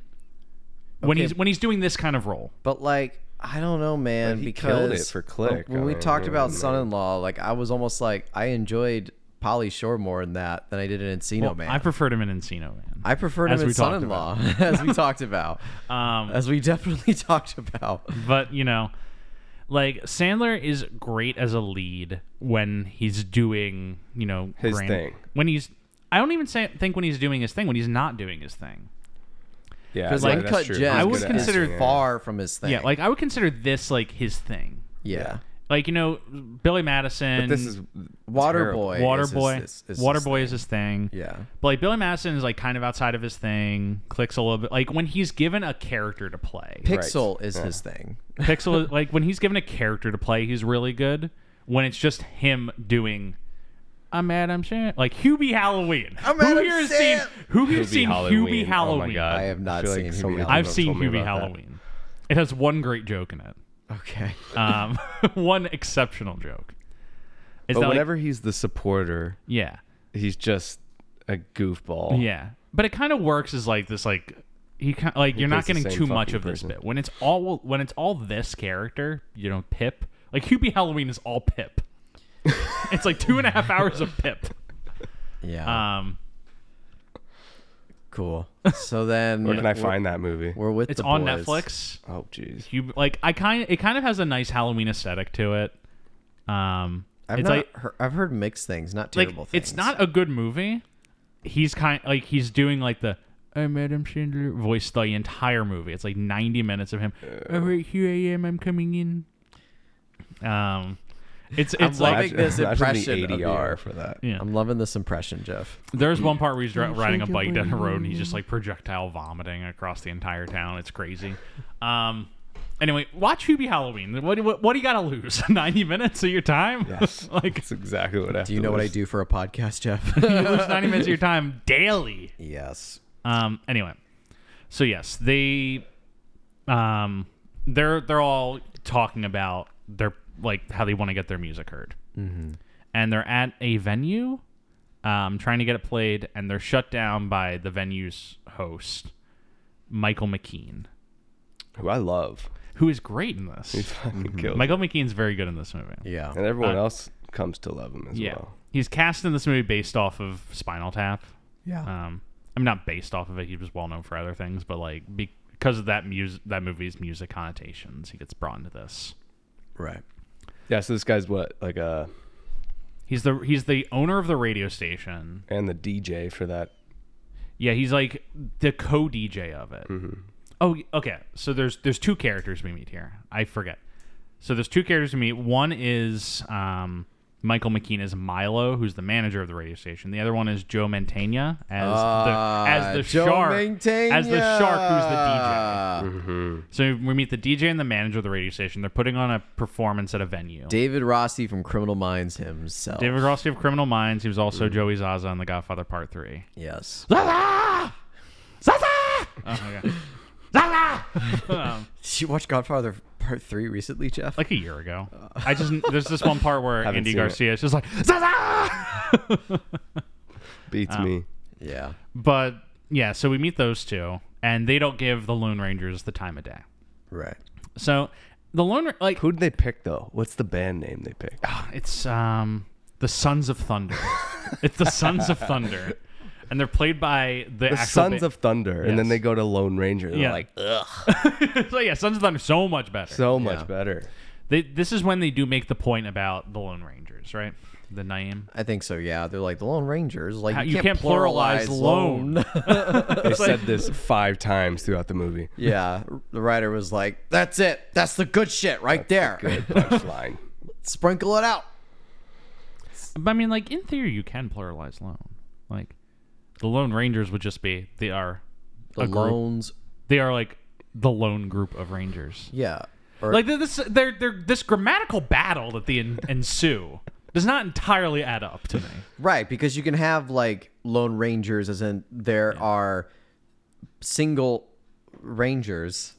A: When
B: Okay.
A: he's when he's doing this kind of role,
B: but like, I don't know, man.
D: he
B: because
D: killed it for Click.
B: When
D: I
B: we
D: mean,
B: talked
D: yeah,
B: about
D: man.
B: son-in-law, like I was almost like I enjoyed Polly Shore more in that than I did in Encino Oh, Man.
A: I preferred him in Encino Man.
B: I preferred him
A: as
B: in
A: we talked
B: son-in-law, as we talked about,
A: um,
B: as we definitely talked about.
A: but you know, like Sandler is great as a lead when he's doing you know
D: His thing.
A: When he's, I don't even say, think when he's doing his thing. When he's not doing his thing.
D: Yeah.
B: Because
D: no,
B: like,
D: that's
B: Uncut
D: true.
B: Gems,
A: I
D: He's
A: would
D: good at
A: consider
D: acting,
B: is
D: yeah.
B: far from his thing.
A: Yeah, like I would consider this like his thing.
B: yeah.
A: Like you know, Billy Madison.
D: But this is terrible.
B: Waterboy. is his-
A: Waterboy.
B: is- is his
A: Waterboy is his thing.
B: Yeah.
A: But like Billy Madison is like kind of outside of his thing. Clicks a little bit. Like when he's given a character to play.
B: Pixel is his thing.
A: Pixel like when he's given a character to play, he's really good. When it's just him doing I'm Adam Shan like Hubie Halloween.
B: I'm
A: who
B: Adam
A: here has
B: Shan-
A: seen who here
D: Hubie
A: has seen Hubie
D: Halloween.
A: Halloween?
D: Oh my god.
B: I have not
D: feel
B: seen
D: so
B: Hubie
D: many people
B: Halloween.
A: I've
D: have
A: seen
D: told me
A: Hubie
D: about that.
A: Halloween. It has one great joke in it.
B: Okay.
A: Um, one exceptional joke. It's not
D: But
A: like-
D: whenever he's the supporter,
A: yeah.
D: he's just a goofball.
A: Yeah, but it kind of works as like this like he kind like you're not
D: plays the
A: getting
D: same
A: too much
D: fucking
A: of this
D: person.
A: bit when it's all when it's all this character you know Pip like Hubie Halloween is all Pip. it's like two and a half hours of Pip.
B: Yeah.
A: Um,
B: cool. So then
D: Where can I find that movie?
B: We're with
A: it's
B: the
A: on
B: boys.
A: Netflix.
D: Oh, jeez.
A: Hub like I kind it kind of has a nice Halloween aesthetic to it. Um,
B: I've
A: it's
B: not
A: like
B: heard, I've heard mixed things, not
A: like
B: terrible things.
A: it's not a good movie. He's kind like he's doing like the I'm Adam Sandler. Voiced the entire movie. It's like 90 minutes of him. All right, here I am. I'm coming in. Um, it's it's like
B: loving this impression of
D: the
B: you.
D: ADR for that.
A: yeah.
B: I'm loving this impression, Jeff.
A: There's one part where he's dri- riding a
E: shaking
A: bike
E: my
A: down the road and he's just like projectile vomiting across the entire town. It's crazy. Um, anyway, watch Hubie Halloween. What, do- what what do you got to lose? 90 minutes of your time?
D: Yes.
A: like
D: That's exactly what I have
B: Do you
D: to
B: know what I
D: list.
B: do for a podcast, Jeff?
A: you lose 90 minutes of your time daily.
B: yes.
A: Um, anyway, so yes, they, um, they're they're all talking about their like how they want to get their music heard, mm-hmm. and they're at a venue, um, trying to get it played, and they're shut down by the venue's host, Michael McKean,
D: Who I love.
A: who is great in
D: He
A: this.
D: fucking kills.
A: Michael McKean's very good in this movie.
B: Yeah.
D: and everyone
A: Uh,
D: else comes to love him as
A: yeah,
D: well.
A: he's cast in this movie based off of Spinal Tap.
B: Yeah.
A: Um, I'm not based off of it. He was well known for other things, but like because of that music, that movie's music connotations, he gets brought into this.
B: Right.
D: Yeah. So this guy's what like uh
A: He's the he's the owner of the radio station.
D: and the DJ for that.
A: Yeah, he's like the co DJ of it.
B: Mm-hmm.
A: Oh, okay. So there's there's two characters we meet here. I forget. So there's two characters we meet. One is um, Michael McKean as Milo, who's the manager of the radio station. The other one is Joe Mantegna as
B: Ah,
A: the as the
B: Joe
A: shark as the
B: Mantegna.
A: shark who's the DJ.
D: Mhm.
A: So we meet the DJ and the manager of the radio station. They're putting on a performance at a venue.
B: David Rossi from Criminal Minds himself.
A: David Rossi of Criminal Minds. He was also Joey Zaza on The Godfather Part Three.
B: Yes.
A: Zaza, Zaza. Oh, okay. Zaza. um,
B: Did you watch Godfather Part Three recently, Jeff?
A: like a year ago. I just there's this one part where
D: Haven't
A: Andy
D: seen it.
A: Garcia is just like Zaza.
D: Beats me.
B: yeah.
A: but yeah, so we meet those two, and they don't give the Lone Rangers the time of day.
B: Right.
A: So the Lone Ra- like
D: Who'd they pick though? What's the band name they picked?
A: Ah, It's um the Sons of Thunder. it's the Sons of Thunder, and they're played by the,
D: The
A: actual
D: Sons
A: ba-
D: of Thunder. And then
A: Yes.
D: they go to Lone Ranger. They're
A: Yeah.
D: like, ugh,
A: so yeah, Sons of Thunder so much better.
D: so much
B: Yeah.
D: better.
A: they, this is when they do make the point about the Lone Rangers, right? The name.
B: I think so. Yeah. They're like the Lone Rangers. Like
A: How-
B: you,
A: you
B: can't,
A: can't pluralize
B: lone.
D: They said this five times throughout the movie.
B: yeah. The writer was like, "That's it. That's the good shit right there.
D: Good punchline.
B: Sprinkle it out."
A: But I mean, like in theory, you can pluralize Lone. Like the Lone Rangers would just be they are
B: The
A: a group.
B: loans.
A: They are like the lone group of Rangers.
B: Yeah. Or,
A: Like this, they're, they're, this grammatical battle that they en- ensue does not entirely add up to me.
B: Right, because you can have like lone rangers, as in there are single rangers.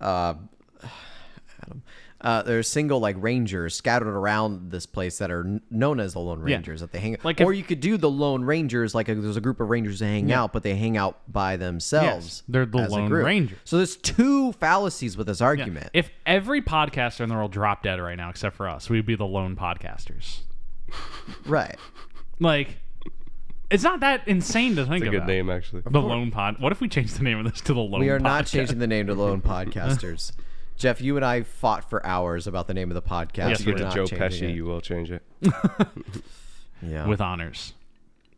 B: Uh, Adam, uh, there are single like rangers scattered around this place that are n- known as the lone rangers that they hang.
A: Like
B: or
A: if-
B: you could do the lone rangers, like a, there's a group of rangers that hang out, but they hang out by themselves.
A: they're the
B: as a
A: lone
B: group.
A: ranger.
B: So there's two fallacies with this argument.
A: If every podcaster in the world dropped dead right now, except for us, we'd be the lone podcasters.
B: right.
A: Like, it's not that insane to think
D: It's a
A: about.
D: good name, actually.
A: The lone pod. What if we change the name of this to the lone?
B: We are not
A: Podcast?
B: changing the name to Lone Podcasters. Jeff, you and I fought for hours about the name of the podcast.
A: Yes,
D: You
A: we
B: We're
D: get to
B: not
D: Joe
B: changing
D: Pesci,
B: it.
D: you will change it.
B: yeah,
A: with honors.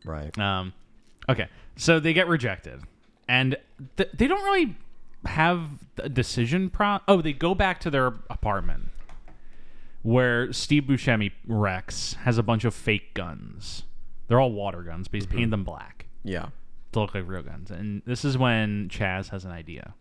B: right.
A: Um, okay, so they get rejected, and th- they don't really have a decision. Pro- oh, they go back to their apartment where Steve Buscemi Rex has a bunch of fake guns. They're all water guns,
B: Mm-hmm.
A: but he's painted them black.
B: Yeah,
A: to look like real guns. And this is when Chaz has an idea.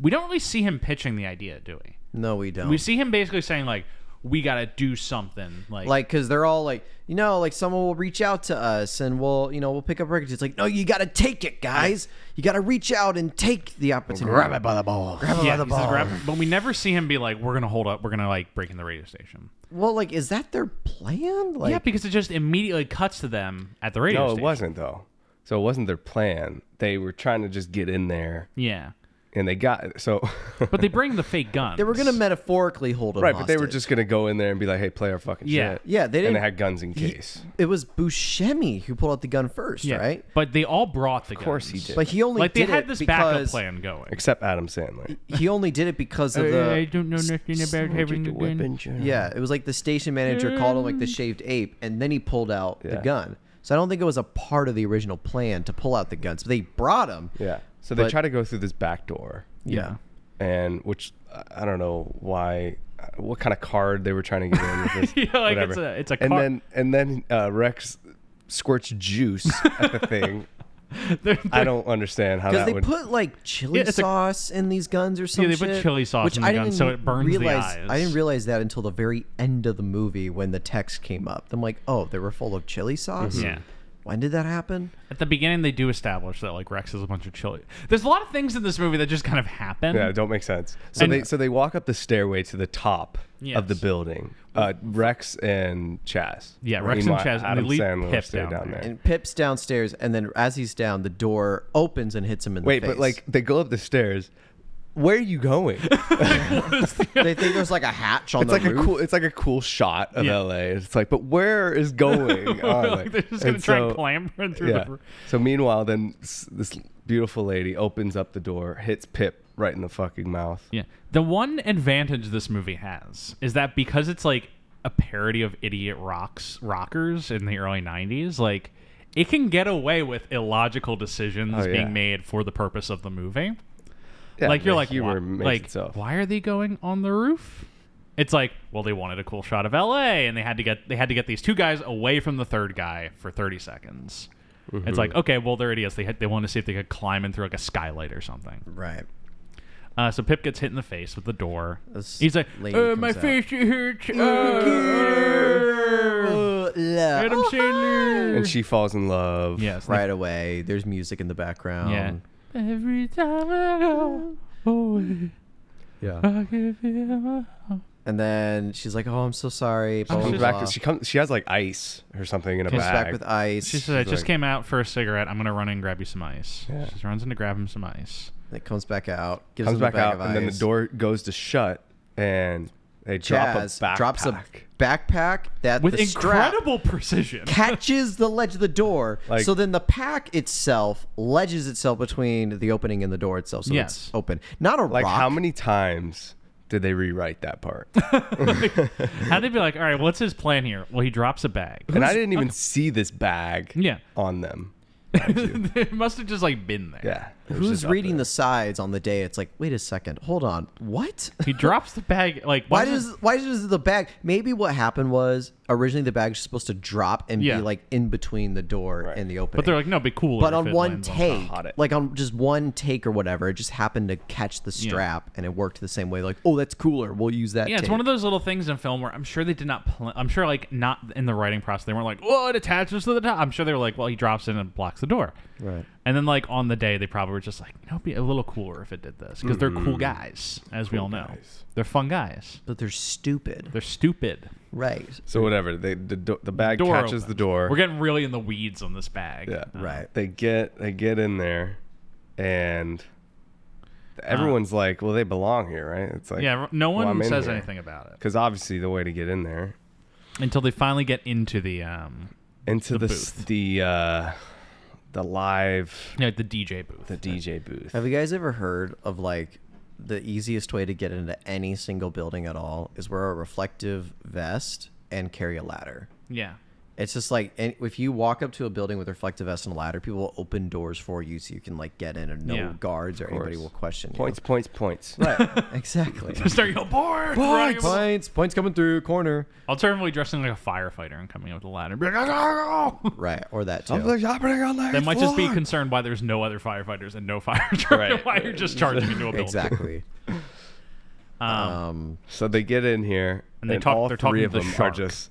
A: We don't really see him pitching the idea, do we?
B: no, we don't.
A: We see him basically saying like, "We gotta do something." Like,
B: like because they're all like, you know, like someone will reach out to us and we'll, you know, we'll pick up records. It's like, no, you got to take it, guys. You got to reach out and take the opportunity. Grab it by the ball. Grab it
A: yeah,
B: by the
A: he says,
B: ball.
A: "Grab-" but we never see him be like, "We're gonna hold up. We're gonna like break in the radio station."
B: Well, like, is that their plan? Like,
A: yeah, because it just immediately cuts to them at the radio.
D: No, it
A: station.
D: wasn't, though. So it wasn't their plan. They were trying to just get in there
A: Yeah,
D: and they got So,
A: but they bring the fake guns.
B: they were gonna metaphorically hold them
D: right, but they were
B: hostage.
D: just going to go in there and be like, hey, play our fucking
A: Yeah.
D: shit.
B: Yeah, they
D: And they
B: didn't-
D: had guns in case.
B: It was Buscemi who pulled out the gun first,
A: yeah.
B: right?
A: But they all brought the. Of
D: course he did.
B: But he only
A: Like they
B: did
A: had
B: it
A: this backup
B: because
A: plan going.
D: Except Adam Sandler.
B: he only did it because of the
A: don't know nothing about having a gun.
B: yeah it was like the station manager called him like the shaved ape and then he pulled out the
D: Yeah.
B: gun So I don't think it was a part of the original plan to pull out the guns. But they brought them.
D: Yeah. So they
B: But-
D: try to go through this back door,
B: Yeah.
D: and which I- I don't know why, uh, what kind of card they were trying to get in with this.
A: Yeah, like,
D: whatever.
A: it's a- it's a
D: and
A: car-
D: then and then uh, Rex squirts juice at the thing. I don't understand how
B: Because
D: that
B: they
D: would.
B: put like chili
A: Yeah, it's a-
B: sauce in these guns or something.
A: they put chili sauce
B: which
A: in the
B: I
A: guns,
B: didn't
A: so it burns the
B: realize,
A: eyes.
B: I didn't realize that until the very end of the movie when the text came up. I'm like, oh, they were full of chili sauce.
A: Mhm. Yeah.
B: When did that happen?
A: At the beginning, they do establish that like Rex is a bunch of chili. There's a lot of things in this movie that just kind of happen.
D: yeah, don't make sense. So
A: And-
D: they so they walk up the stairway to the top
A: Yes.
D: of the building. Uh, Rex and Chaz.
A: Yeah, Rex and
D: Meanwhile,
A: Chaz, and they
D: Adam
A: leave
D: Sandler
A: Pip
D: stay
A: down
D: down,
A: there.
D: there.
B: And Pip's downstairs, and then as he's down, the door opens and hits him in
D: Wait,
B: the face.
D: but like they go up the stairs. Where are you going?
B: they think there's like a hatch on
D: It's
B: the
D: like
B: roof.
D: a cool. It's like a cool shot of
A: Yeah.
D: LA. It's like, but where is going? on?
A: like, they're just gonna
D: And
A: try
D: so-
A: and clamber through
D: Yeah.
A: the.
D: So meanwhile, then s- this beautiful lady opens up the door, hits Pip right in the fucking mouth.
A: Yeah. The one advantage this movie has is that because it's like a parody of idiot rocks rockers in the early 90s, like it can get away with illogical decisions
D: Oh, yeah.
A: being made for the purpose of the movie.
D: Yeah,
A: like you're
D: the
A: like
D: humor
A: why,
D: makes
A: like
D: itself.
A: why are they going on the roof? It's like, well, they wanted a cool shot of LA and they had to get they had to get these two guys away from the third guy for 30 seconds.
D: Mm-hmm.
A: It's like, okay, well, they're idiots. They had, they wanted to see if they could climb in through like a skylight or something.
B: right.
A: Uh, so Pip gets hit in the face with the door.
B: This
A: He's like,
B: lady
A: uh,
B: comes
A: "My
B: out.
A: face hurts." Uh, Adam Sandler.
D: And she falls in love.
A: yes. and
B: Oh, Right away, there's music in the
A: they-
B: background.
A: Yeah. Every time I go away,
D: Yeah.
A: I can feel my heart.
B: And then she's like, "Oh, I'm so sorry." Blah,
D: She comes
B: blah,
D: back.
B: blah.
D: She comes. She has like ice or something in a
B: comes
D: bag.
B: back with ice.
A: She says, "I just
D: like-
A: came out for a cigarette. I'm gonna run in and grab you some ice."
D: Yeah.
A: She just runs in to grab him some ice.
B: and it comes back out. Gives
D: comes
B: him a
D: back
B: bag
D: out,
B: of
D: and then the
B: ice.
D: door goes to shut, and they drop a
B: Jazz
D: backpack.
B: drops a backpack that
A: With
B: the strap
A: incredible precision.
B: catches the ledge of the door.
D: Like-
B: so then the pack itself ledges itself between the opening and the door itself, so
A: Yes.
B: it's open. Not a
D: like
B: rock.
D: how many times did they rewrite that part?
A: How'd they be like, "All right, what's his plan here?" Well, he drops a bag.
D: and I didn't even see this bag.
A: Yeah.
D: On them.
A: it must have just like been there.
D: Yeah. it was just
B: Who's
D: up
B: reading
D: there.
B: the sides on the day? It's like, wait a second, hold on, what?
A: He drops the bag. Like,
B: Why
A: does
B: does why does the bag? Maybe what happened was originally the bag was supposed to drop and
A: Yeah.
B: be like in between the door and the opening.
A: But they're like, no, be cool.
B: but on one
A: tape.
B: take,
D: Got it.
B: like on just one take or whatever, it just happened to catch the strap and it worked the same way. Like, oh, that's cooler. We'll use that.
A: Yeah, it's
B: take."
A: one of those little things in film where I'm sure they did not. Pl- I'm sure, like, not in the writing process, they weren't like, "Oh, it attaches to the top." I'm sure they were like, "Well, he drops in and blocks the door." Right. And then, like on the day, they probably were just like, "You know, it'd be a little cooler if it did this," because they're
D: Mm-hmm.
A: cool guys, as we all know. They're fun guys.
B: But they're stupid,
A: They're stupid.
B: right?
D: So whatever. They the, do- the bag
A: Door
D: catches the
A: opens.
D: door.
A: We're getting really in the weeds on this bag.
D: yeah.
B: Right.
D: They get they get in there, and everyone's like, "Well, they belong here, right?" It's like,
A: Yeah. No one says anything about it
D: because obviously the way to get in there
A: until they finally get into the um,
D: into the s-
A: booth.
D: the uh, the live
A: you know, the DJ booth.
D: the DJ booth.
B: Have you guys ever heard of like the easiest way to get into any single building at all is wear a reflective vest and carry a ladder?
A: yeah.
B: It's just like and if you walk up to a building with a reflective vest and a ladder, people will open doors for you so you can like get in and no
A: Yeah.
B: guards or anybody
D: course.
B: will question
D: Points, points, points.
B: you. Right. exactly.
A: Start going board.
B: points, points, points coming through corner.
A: Alternatively, dressing like a firefighter and "Ah, coming up with a ladder.
B: Right, or that too.
D: Something's happening on there.
A: They might just be concerned why there's no other firefighters and no fire truck and
D: Right.
A: why you're just charging into a building.
B: exactly. um,
D: So they get in here,
A: And they talk-
D: All
A: they're
D: three
A: talking
D: of
A: to the
D: them
A: shark.
D: are just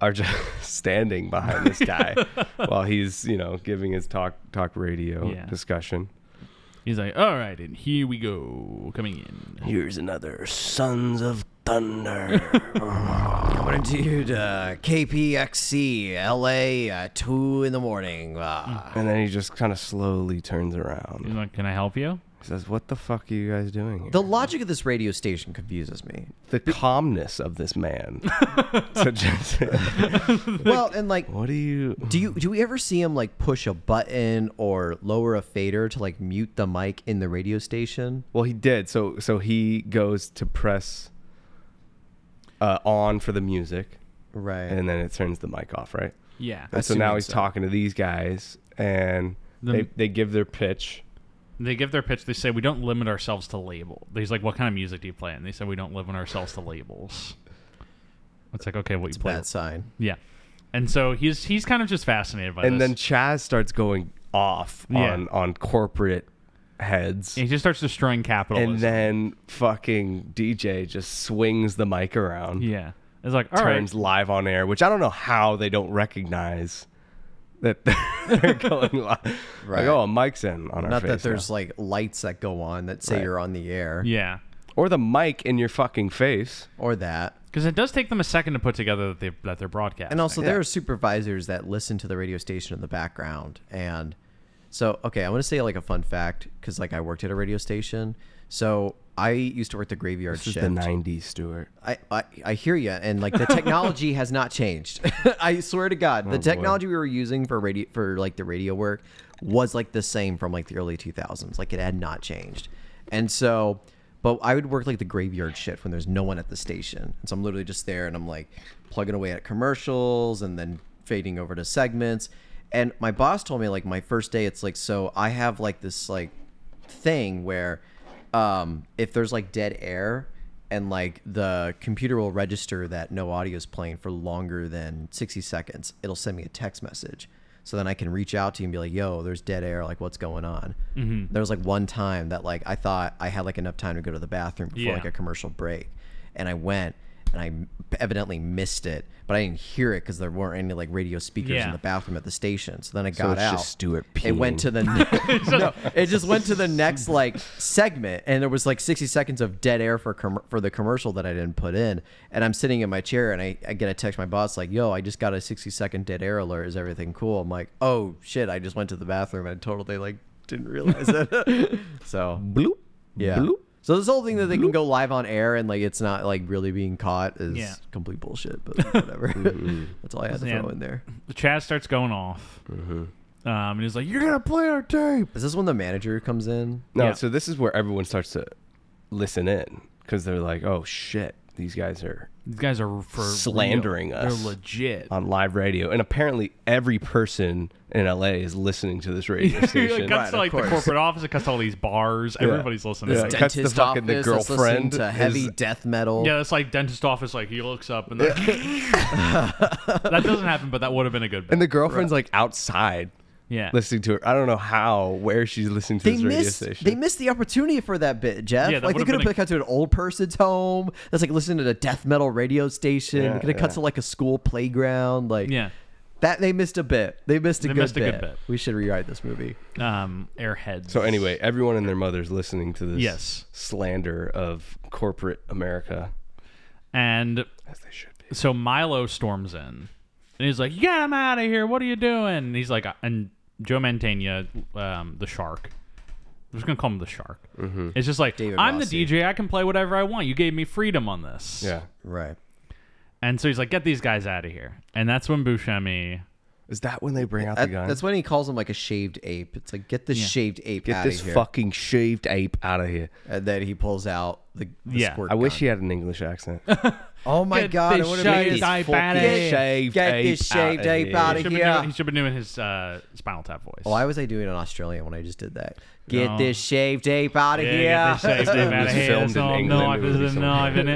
D: are just standing behind this guy while he's you know giving his talk talk radio
A: Yeah.
D: discussion.
A: He's like, all right, and here we go, coming in.
C: Here's another Sons of Thunder.
B: coming to you to KPXC LA at two in the morning. Uh,
D: And then he just kind of slowly turns
A: He's
D: around.
A: like, can I help you?
D: He says, "What the fuck are you guys doing here?"
B: the
D: The,
B: logic of this radio station confuses me.
D: calmness of this man. suggests
B: Well, and like,
D: what do you?
B: do you do we ever see him like push a button or lower a fader to like mute the mic in the radio station?
D: Well, he did. So so he goes to press uh, on for the music,
B: Right.
D: and then it turns the mic off, right?
A: Yeah.
D: And so now
B: Assuming
D: he's
B: so.
D: talking to these guys, and they,
A: The-
D: they give their pitch.
A: They give their pitch. They say we don't limit ourselves to label. He's like, "What kind of music do you play?" And they said, "We don't limit ourselves to labels." It's like, okay, what you play?
B: Bad sign.
A: Yeah, and so he's he's kind of just fascinated by
D: And
A: this.
D: then Chaz starts going off
A: Yeah.
D: on, on corporate heads.
A: he just starts destroying capitalism.
D: and then fucking DJ just swings the mic around,
A: yeah, it's like, all right,
D: turns live on air, which I don't know how they don't recognize that they're going live.
B: Right.
D: Like, oh, a mic's in on our
B: Not that
D: face now.
B: there's like lights that go on that say
D: Right.
B: you're on the air
A: yeah,
D: or the mic in your fucking face.
B: or that.
A: because it does take them a second to put together that they that they're broadcasting.
B: And also,
D: Yeah.
B: there are supervisors that listen to the radio station in the background. And so, okay, I want to say like a fun fact because like I worked at a radio station. So I used to work the graveyard
D: This is
B: shift.
D: the '90s, Stuart.
B: I, I, I hear you, and like the technology has not changed. I swear to God, the technology we were using for radio for like the radio work was like the same from like the early 2000s. Like it had not changed, and so, but I would work like the graveyard shift when there's no one at the station, and so I'm literally just there and I'm like plugging away at commercials and then fading over to segments. And my boss told me like my first day, it's like so I have like this like thing where um, if there's like dead air and like the computer will register that no audio is playing for longer than 60 seconds, it'll send me a text message. So then I can reach out to you and be like, yo, there's dead air. Like, what's going on? Mm-hmm. There was like one time that like I thought I had like enough time to go to the bathroom before
A: Yeah.
B: like a commercial break. And I went and I evidently missed it, but I didn't hear it because there weren't any like radio speakers
A: Yeah.
B: in the bathroom at the station. So then I got
D: it's
B: out.
D: just Stuart
B: It went
D: peeing.
B: to to the no, it just went to the next like segment, and there was like sixty seconds of dead air for com- for the commercial that I didn't put in. And I'm sitting in my chair, and I, I get a text from my boss like, "Yo, I just got a sixty second dead air alert. Is everything cool?" I'm like, "Oh shit, I just went to the bathroom and totally like didn't realize it." so
D: Bloop.
B: yeah.
D: Bloop.
B: So this whole thing that they can go live on air and like it's not like really being caught is
A: Yeah.
B: complete bullshit, but whatever. That's all I had to
A: Yeah.
B: throw in there.
A: Chaz starts going off, um, and he's like, "You're gonna play our tape."
B: Is this when the manager comes in?
D: No,
A: Yeah.
D: so this is where everyone starts to listen in because they're like, "Oh shit, these guys are
A: These guys are for real.
D: Slandering us.
A: They're legit.
D: on live radio," and apparently every person in LA is listening to this radio
A: it
D: station.
A: cuts to
B: of
A: like the
B: course.
A: corporate office. It cuts to all these bars. Everybody's listening.
D: Yeah.
A: It's
D: Cuts to
B: dentist
D: fucking the
B: office that's listening
D: girlfriend
B: to heavy
D: is-
B: death metal.
A: Yeah, it's like dentist office. Like he looks up and that doesn't happen, but that would have been a good. Bit.
D: and the girlfriend's like outside
A: yeah,
D: listening to it. I don't know how, where she's listening to
B: They
D: this radio
B: missed,
D: station.
B: they missed the opportunity for that bit, Jeff.
A: Yeah, that
B: like they
A: would've
B: could have
A: been a-
B: cut to an old person's home that's like listening to a death metal radio station.
D: Yeah,
B: could have cut
D: yeah.
B: to like a school playground. Like
A: yeah.
B: that they missed a bit. They missed a,
A: They
B: good,
A: missed a
B: bit.
A: good bit.
B: We should rewrite this movie.
A: Um, airheads.
D: so anyway, everyone and their mother's listening to this
A: Yes.
D: slander of corporate America.
A: and
D: As they should be.
A: so Milo storms in, and he's like, "Get him out of here! What are you doing?" And he's like, and Joe Mantegna, um, the shark. I'm just gonna call him the shark. Mm-hmm. It's just like
B: David
A: I'm
B: Rossi.
A: the DJ. I can play whatever I want. You gave me freedom on this.
D: Yeah.
B: Right.
A: And so he's like, "Get these guys out of here." And that's when Buscemi.
D: Is that when they bring out the gun?
B: that's when he calls him like a shaved ape. It's like get this shaved ape
D: Get
B: out
D: this
B: of here.
D: fucking shaved ape out of here.
B: And then he pulls out the, the
A: Yeah,
B: squirt
D: I wish
B: gun.
D: he had an English accent.
B: Oh my
A: Get
B: god!
A: this
B: I would have
A: shaved
B: made
A: ape
B: fucking
A: outta here.
D: Shaved
B: Get this
D: ape outta
B: shaved ape
D: here.
B: out
A: He
B: of
A: should,
B: here.
A: have been doing, he should have been doing his uh, Spinal Tap voice.
B: Why was I doing an Australian when I just did that? Get
A: No.
B: this shaved ape out of
A: Yeah,
B: here.
A: get this shaved ape out
D: It
A: of
D: was
A: here.
D: filmed
A: That's
D: in
A: all.
D: England.
A: No, I
D: It would be
A: visited. No,
D: somewhere.
A: I've been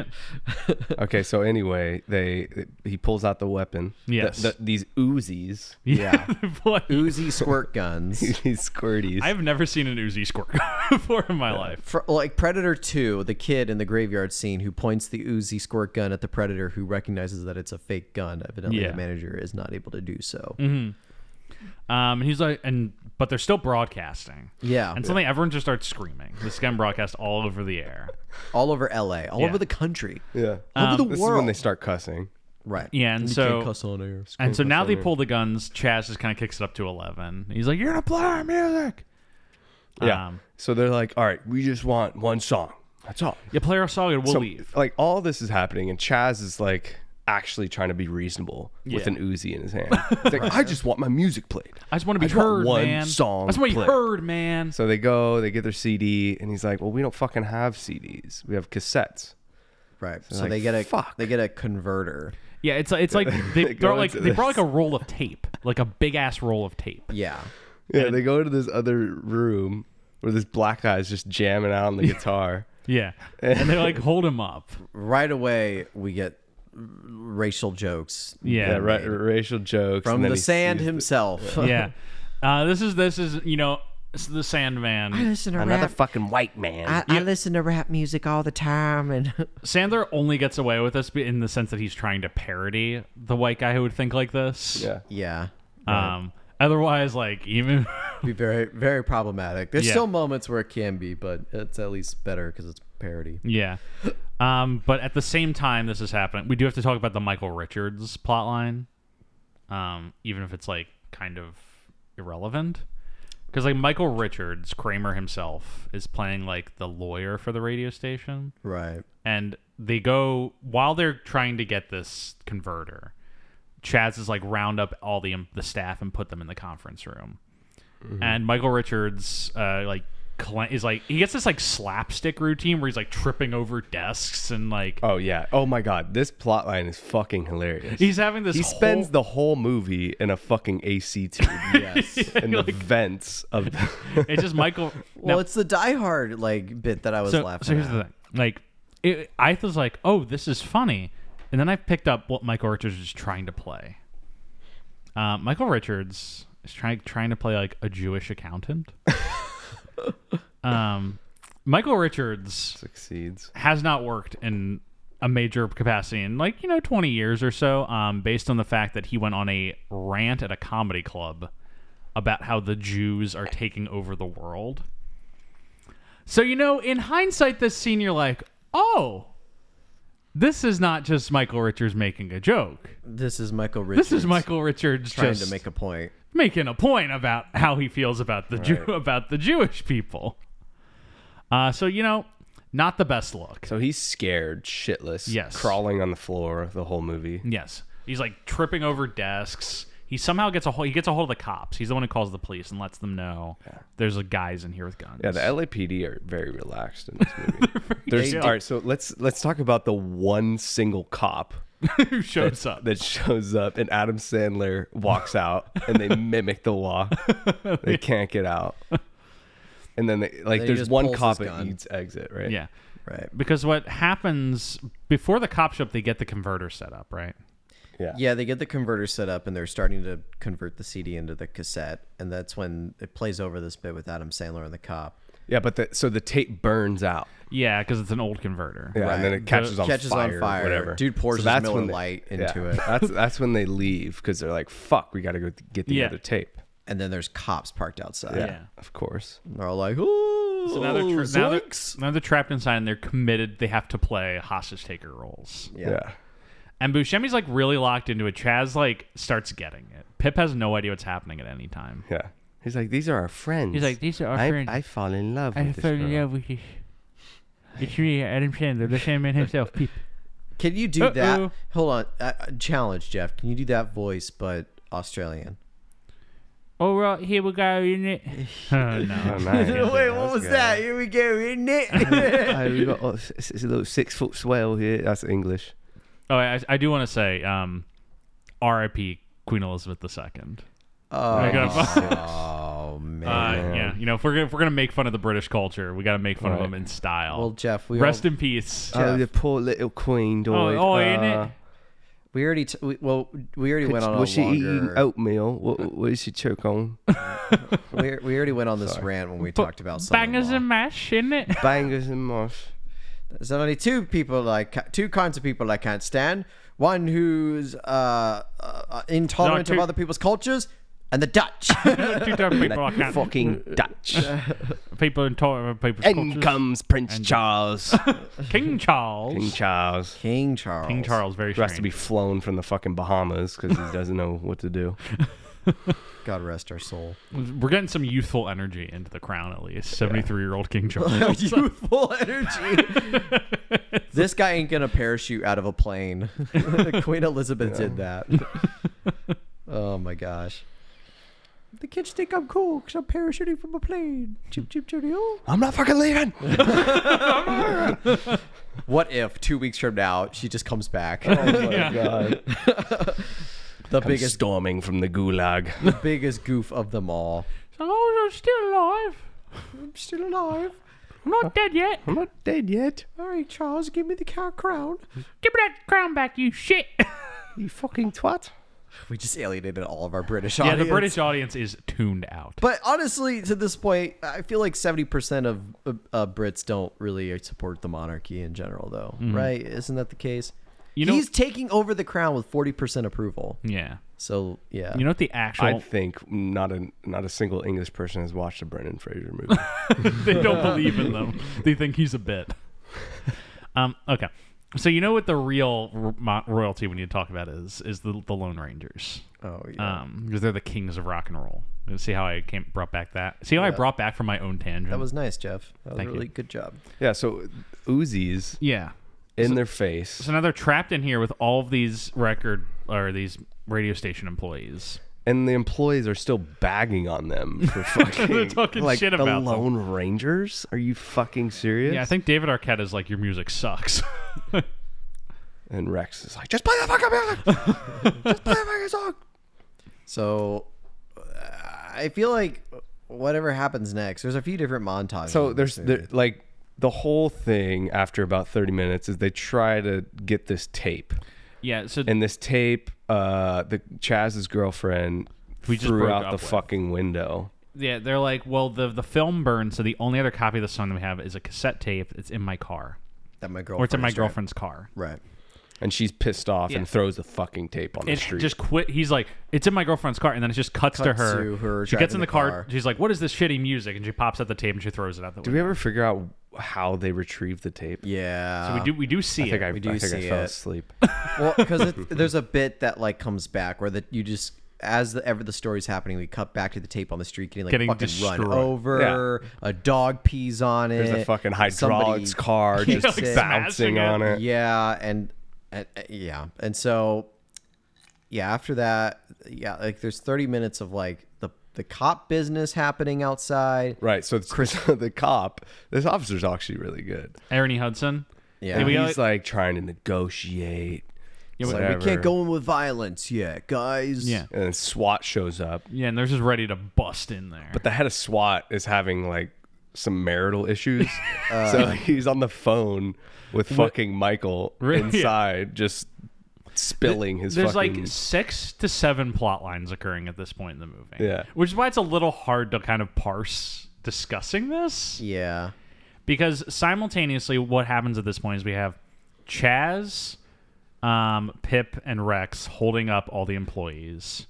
A: it.
D: okay, so anyway, they he pulls out the weapon. The-
A: Yes.
D: the- these Uzis,
B: Yeah.
A: Boy,
B: Uzi squirt guns.
D: these squirties.
A: I've never seen an Uzi squirt before in my life.
B: For, like Predator 2, the kid in the graveyard scene who points the Uzi squirt gun at the Predator who recognizes that it's a fake gun. Evidently,
A: Yeah. Mm-hmm.
B: the manager is not able to do so.
A: Um, and he's like, and but they're still broadcasting.
B: Yeah.
A: And suddenly everyone just starts screaming. This is getting broadcast all over the air.
B: All over LA, all
A: Yeah. Um,
B: over the country.
D: yeah.
B: All over the
D: this is when
B: world.
D: they start cussing.
B: Right.
A: Yeah, and
B: you
A: so-
B: can't cuss on air.
A: And so now they pull the guns. Chaz just kind of kicks it up to eleven. He's like, "You're gonna play our music.
D: Yeah.
A: Um,
D: so they're like, all right, we just want one song. That's all.
A: You play our song, and we'll
D: So,
A: leave."
D: Like all this is happening, and Chaz is like actually trying to be reasonable with
A: Yeah.
D: an Uzi in his hand. He's like, I just want my music played.
A: I just want to be
D: just want
A: heard,
D: one
A: man.
D: song
A: I just want to be
D: played.
A: heard, man.
D: So they go, they get their CD, and he's like, well, we don't fucking have CDs. We have cassettes.
B: Right. So
D: like,
B: they get a
D: "Fuck."
B: they get a converter.
A: Yeah, it's it's like they
D: Go
A: throw like
D: into
A: they brought like
D: this.
A: a roll of tape, like a big ass roll of tape.
B: Yeah.
D: Yeah, they go into this other room where this black guy is just jamming out on the guitar.
A: Yeah, and they like hold him up.
B: Right away, we get racial jokes
A: Yeah,
D: Yeah, ra- racial jokes
B: from
D: and then
B: the
D: he
B: sand
D: sees-
B: himself.
A: yeah. Uh, this is this is you know it's the Sandman.
B: listen to
C: Another fucking white man.
B: I listen to rap music all the time, and
A: Sandler only gets away with this in the sense that he's trying to parody the white guy who would think like this.
D: Yeah,
B: yeah,
A: Um. Otherwise, like even
B: be very very problematic. There's
A: Yeah.
B: still moments where it can be, but it's at least better because it's parody.
A: yeah. Um. But at the same time, this is happening. We do have to talk about the Michael Richards plotline. Um. Even if it's like kind of irrelevant. Because like Michael Richards, Kramer himself is playing like the lawyer for the radio station.
B: Right.
A: and they go while they're trying to get this converter. Chaz is like round up all the the staff and put them in the conference room,
D: Mm-hmm.
A: and Michael Richards uh, like cla- is like he gets this like slapstick routine where he's like tripping over desks and like
D: Oh yeah. Oh my god, this plot line is fucking hilarious.
A: he's having this
D: he spends
A: whole-
D: the whole movie in a fucking AC tube. yes. In the vents of
A: it's just Michael.
B: Well,
A: now-
B: it's the Die Hard like bit that I was
A: so,
B: laughing.
A: so here's
B: at.
A: the thing. Like, it, I was like, oh, this is funny. And then I picked up what Michael Richards is trying to play. Uh, Michael Richards is trying trying to play like a Jewish accountant. um, Michael Richards
D: succeeds.
A: has not worked in a major capacity in like you know 20 years or so. Um, based on the fact that he went on a rant at a comedy club about how the Jews are taking over the world. So, you know, in hindsight, this scene, you're like, oh, this is not just Michael Richards making a joke.
B: This is Michael Richards.
A: This is Michael Richards
B: trying
A: just
B: to make a point.
A: making a point about how he feels about the Jew, about the Jewish people. Uh, so, you know, not the best look.
D: So he's scared shitless.
A: Yes.
D: Crawling on the floor the whole movie.
A: Yes. He's like tripping over desks. He somehow gets a hold, he gets a hold of the cops. He's the one who calls the police and lets them know there's a guys in here with guns.
D: Yeah, the LAPD are very relaxed in this movie. There's,
A: chill.
D: all right, so let's let's talk about the one single cop
A: who shows up.
D: that shows up and Adam Sandler walks out and they mimic the law. They can't get out. And then they,
B: Then
D: like
B: he
D: there's
B: just
D: one
B: pulls
D: cop
B: his
D: at
B: gun.
D: each exit, right?
A: Yeah.
B: Right.
A: Because what happens before the cop show up, they get the converter set up, right?
D: Yeah.
B: Yeah, they get the converter set up and they're starting to convert the CD into the cassette, and that's when it plays over this bit with Adam Sandler and the cop.
D: Yeah, but the, so the tape burns out.
A: Yeah, because it's an old converter.
D: Yeah, and then
B: Right.
D: it catches on
B: Catches on
D: fire. or
B: fire.
D: Whatever.
B: Dude pours his Miller
D: when
B: Lite into it.
D: That's that's when they leave because they're like, "Fuck, we got to go th- get the
A: Yeah.
D: other tape."
B: And then there's cops parked outside.
D: Yeah,
A: Yeah.
D: of course.
B: And They're all like, "Ooh,
A: So now they're, tra- now, they're,
B: zoinks."
A: now they're trapped inside and they're committed. They have to play hostage taker roles.
D: Yeah.
A: And Buscemi's like really locked into it. Chaz like starts getting it. Pip has no idea what's happening at any time.
D: yeah, He's like, "These are our friends."
A: He's like, "These are our
D: I,
A: friends."
D: I fall in love. with this girl."
A: with you. It's me, Adam Sandler, the Sandman himself. Peep.
B: Can you do
A: Uh-oh.
B: that? Hold on. Uh, uh, challenge, Jeff. Can you do that voice, but Australian?
A: Oh, well, here we go, isn't it? Oh, no.
D: Oh, nice.
B: was that? Here we go, isn't it?
D: Oh, we got oh, s- s- a little six foot swell here. That's English.
A: Oh, I, I do want to say, um, R.I.P. Queen Elizabeth II. I
B: oh,
A: gotta-
B: oh, man.
A: Uh, yeah, you know, if we're gonna, if we're gonna make fun of the British culture, we gotta make fun of
D: Right.
A: them in style.
B: well, Jeff, we
A: Rest
B: all,
A: in peace.
D: Oh, the poor little queen.
A: oh,
D: died.
A: oh, ain't
D: Uh,
A: it?
B: we already t- we, well we already
D: could-
B: went on
D: was
B: a
D: she
B: longer.
D: eating oatmeal? What, what did she choke on?
B: we, we already went on this rant when we talked about
A: Bangers
B: son-in-law.
A: and mash, isn't it?
D: Bangers and moss.
B: There's only two people I ca- two kinds of people I can't stand. One who's uh, uh, intolerant
A: No, two-
B: of other people's cultures, and the Dutch.
A: Two different people I can't. Uh,
D: Fucking Dutch.
A: People in tolerant of people's
D: In
A: cultures.
D: comes Prince Charles.
A: King Charles.
D: King Charles.
B: King Charles.
A: King Charles, very
D: Who has to be
A: strange.
D: flown from the fucking Bahamas because he doesn't know what to do.
B: God rest our soul.
A: We're getting some youthful energy into the crown, at least. Seventy-three-year-old King Charles.
B: Youthful energy. this guy ain't gonna parachute out of a plane. Queen Elizabeth did that. oh my gosh. The kids think I'm cool because I'm parachuting from a plane. Chip, chip, chip,
D: Oh I'm not fucking leaving.
B: What if two weeks from now she just comes back?
D: Oh my god.
B: the
D: I'm
B: biggest,
D: storming from the gulag.
B: biggest goof of them all.
A: oh, So long as I'm still alive,
B: I'm still alive.
A: I'm not dead yet.
D: I'm not dead yet.
B: All right, Charles, give me the cow crown.
A: Give me that crown back, you shit.
D: You fucking twat.
B: We just alienated all of our British
A: yeah,
B: audience.
A: the British audience is tuned out.
B: But honestly, to this point, I feel like seventy percent of uh, uh, Brits don't really support the monarchy in general, though, right? Isn't that the case?
A: Mm-hmm. You know-
B: he's taking over the crown with forty percent approval.
A: yeah.
B: So yeah,
A: You know what the actual
D: I think not a not a single English person has watched a Brendan Fraser movie.
A: they don't believe in them. They think he's a bit. Um. Okay. So you know what the real ro- mo- royalty we need to talk about is is the the Lone Rangers.
B: oh yeah,
A: Um, because they're the kings of rock and roll. And See how I came brought back that. See how I brought back from my own tangent.
B: that was nice, Jeff. That was
A: Thank you.
B: really good job.
D: yeah, so Uzis
A: yeah.
D: in their face,
A: So now they're trapped in here with all of these record or these radio station employees.
D: and the employees are still bagging on them for fucking
A: They're talking
D: like
A: shit
D: the
A: about them.
D: Lone Rangers. Are you fucking serious?
A: Yeah, I think David Arquette is like your music sucks.
D: And Rex is like, just play the fucking music. just play the fucking song.
B: So uh, I feel like whatever happens next, there's a few different montages.
D: So there's there, like the whole thing after about 30 minutes is they try to get this tape.
A: yeah. So
D: And this tape, uh, the Chaz's girlfriend
A: We just
D: threw
A: broke
D: out
A: up
D: the
A: with.
D: fucking window.
A: yeah, they're like, well, the the film burned, so the only other copy of the song that we have is a cassette tape. It's in my car,
B: that my girlfriend
A: or it's in my
B: is trying-
A: girlfriend's car.
B: Right.
D: And she's pissed off
A: Yeah.
D: and throws the fucking tape on
A: It
D: the street.
A: just quit. He's like, it's in my girlfriend's car, and then it just cuts, to
B: Cuts
A: her.
B: to her
A: she gets
B: driving
A: in the,
B: the
A: car.
B: car.
A: She's like, what is this shitty music? And she pops out the tape and she throws it out the
D: Did we
A: window.
D: ever figure out how they retrieved the tape?
B: Yeah.
A: So we do we do see
D: I think
A: it.
D: I,
B: We do
D: I, think I
B: see
D: fell
B: it.
D: asleep.
B: well because there's a bit that like comes back where that you just as the, ever the story's happening we cut back to the tape on the street getting like
A: Getting
B: fucking
A: destroyed.
B: run over a dog pees on it
D: There's a fucking hydraulics
B: somebody
D: car
B: kicks
D: just
A: Yeah, like
B: it.
A: smashing
D: bouncing
A: it.
D: on it.
B: yeah and, and uh, yeah and so yeah after that yeah like there's 30 minutes of like the the cop business happening outside
D: Right. So it's Chris, the cop, this officer's actually really good.
A: Ernie Hudson.
B: yeah
A: And
D: And
A: we
D: he's
A: got-
D: like, trying to negotiate.
A: Yeah,
B: It's
A: we-
B: like, we can't go in with violence yet guys
A: Yeah.
D: And then SWAT shows up.
A: Yeah, and they're just ready to bust in there.
D: But the head of SWAT is having like some marital issues. so he's on the phone with fucking Michael
A: Really?
D: inside, just spilling his
A: There's
D: fucking.
A: like six to seven plot lines occurring at this point in the movie.
D: Yeah.
A: Which is why it's a little hard to kind of parse discussing this.
B: yeah
A: Because simultaneously, what happens at this point is we have Chaz, um, Pip, and Rex holding up all the employees.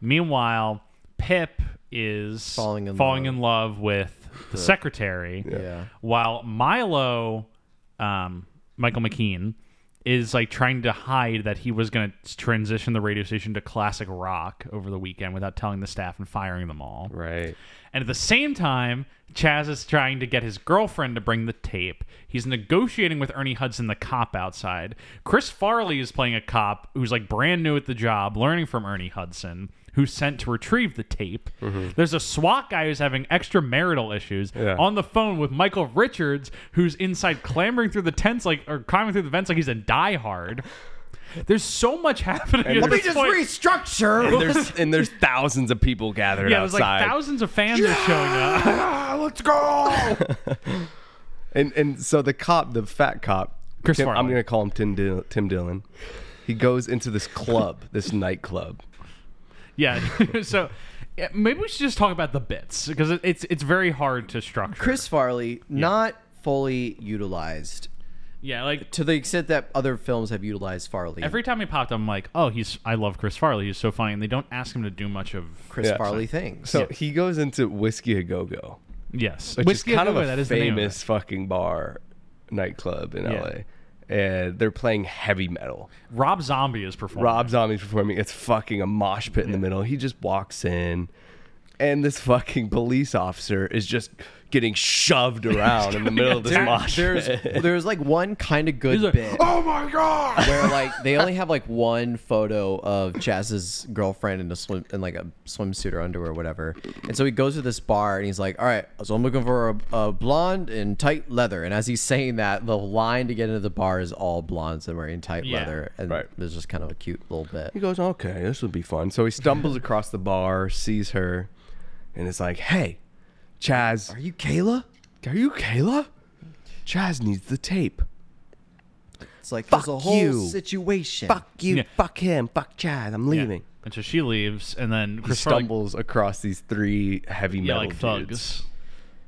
A: Meanwhile, Pip is
B: Falling in love.
A: in love with the secretary.
B: yeah.
A: While Milo, um, Michael McKean, is like trying to hide that he was going to transition the radio station to classic rock over the weekend without telling the staff and firing them all.
D: right.
A: And at the same time, Chaz is trying to get his girlfriend to bring the tape. He's negotiating with Ernie Hudson, the cop outside. Chris Farley is playing a cop who's like brand new at the job, learning from Ernie Hudson, who's sent to retrieve the tape. There's a SWAT guy who's having extramarital issues
D: Mm-hmm. Yeah.
A: on the phone with Michael Richards, who's inside clambering through the tents like or climbing through the vents like he's in Die Hard. There's so much happening. at
D: Let
A: this
D: me
A: point.
B: restructure.
D: And there's, and there's thousands of people gathered
A: Yeah, there's
D: outside.
A: like thousands of fans are showing up.
D: Ah, let's go. and and so the cop, the fat cop,
A: Chris
D: Tim- I'm
A: Farley.
D: going to call him Tim Dil- Tim Dillon. He goes into this club, this nightclub.
A: Yeah. so yeah, maybe we should just talk about the bits because it- it's it's very hard to structure.
B: Chris Farley not fully utilized
A: yeah, like
B: to the extent that other films have utilized Farley.
A: every time he popped, I'm like, oh, he's I love Chris Farley. He's so funny, and they don't ask him to do much of.
B: Chris
D: Yeah.
B: Farley things.
D: So he goes into Whiskey A Go Go,
A: Yes,
D: which
A: Whiskey
D: is
A: a
D: kind
A: Go-Go,
D: of a
A: that is the name of it.
D: famous fucking bar nightclub in
A: Yeah.
D: LA. And they're playing heavy metal.
A: Rob Zombie is performing.
D: Rob Zombie's performing. It's fucking a mosh pit in the middle. He just walks in, and this fucking police officer is just getting shoved around in the middle of this mosh.
B: there's
D: pit.
B: there's like one kind of good
A: He's like,
B: bit
A: oh my god!
B: where like they only have like one photo of Chaz's girlfriend in a swim in like a swimsuit or underwear or whatever. And so he goes to this bar and he's like, "All right, so I'm looking for a, a blonde in tight leather." And as he's saying that, the line to get into the bar is all blondes that wearing tight
A: Yeah.
B: leather, and
D: Right.
B: it's just kind of a cute little bit.
D: He goes, okay, this would be fun. So he stumbles across the bar, sees her, and is like, hey, Chaz,
B: Are you Kayla?
D: are you Kayla? Chaz needs the tape.
B: It's like
D: Fuck
B: there's a whole
D: you.
B: situation.
D: Fuck you,
A: Yeah.
D: fuck him, fuck Chaz, I'm
A: Yeah.
D: leaving.
A: And so she leaves, and then
D: He
A: Chris Farley-
D: stumbles across these three heavy
A: yeah,
D: metal
A: like thugs,
D: dudes.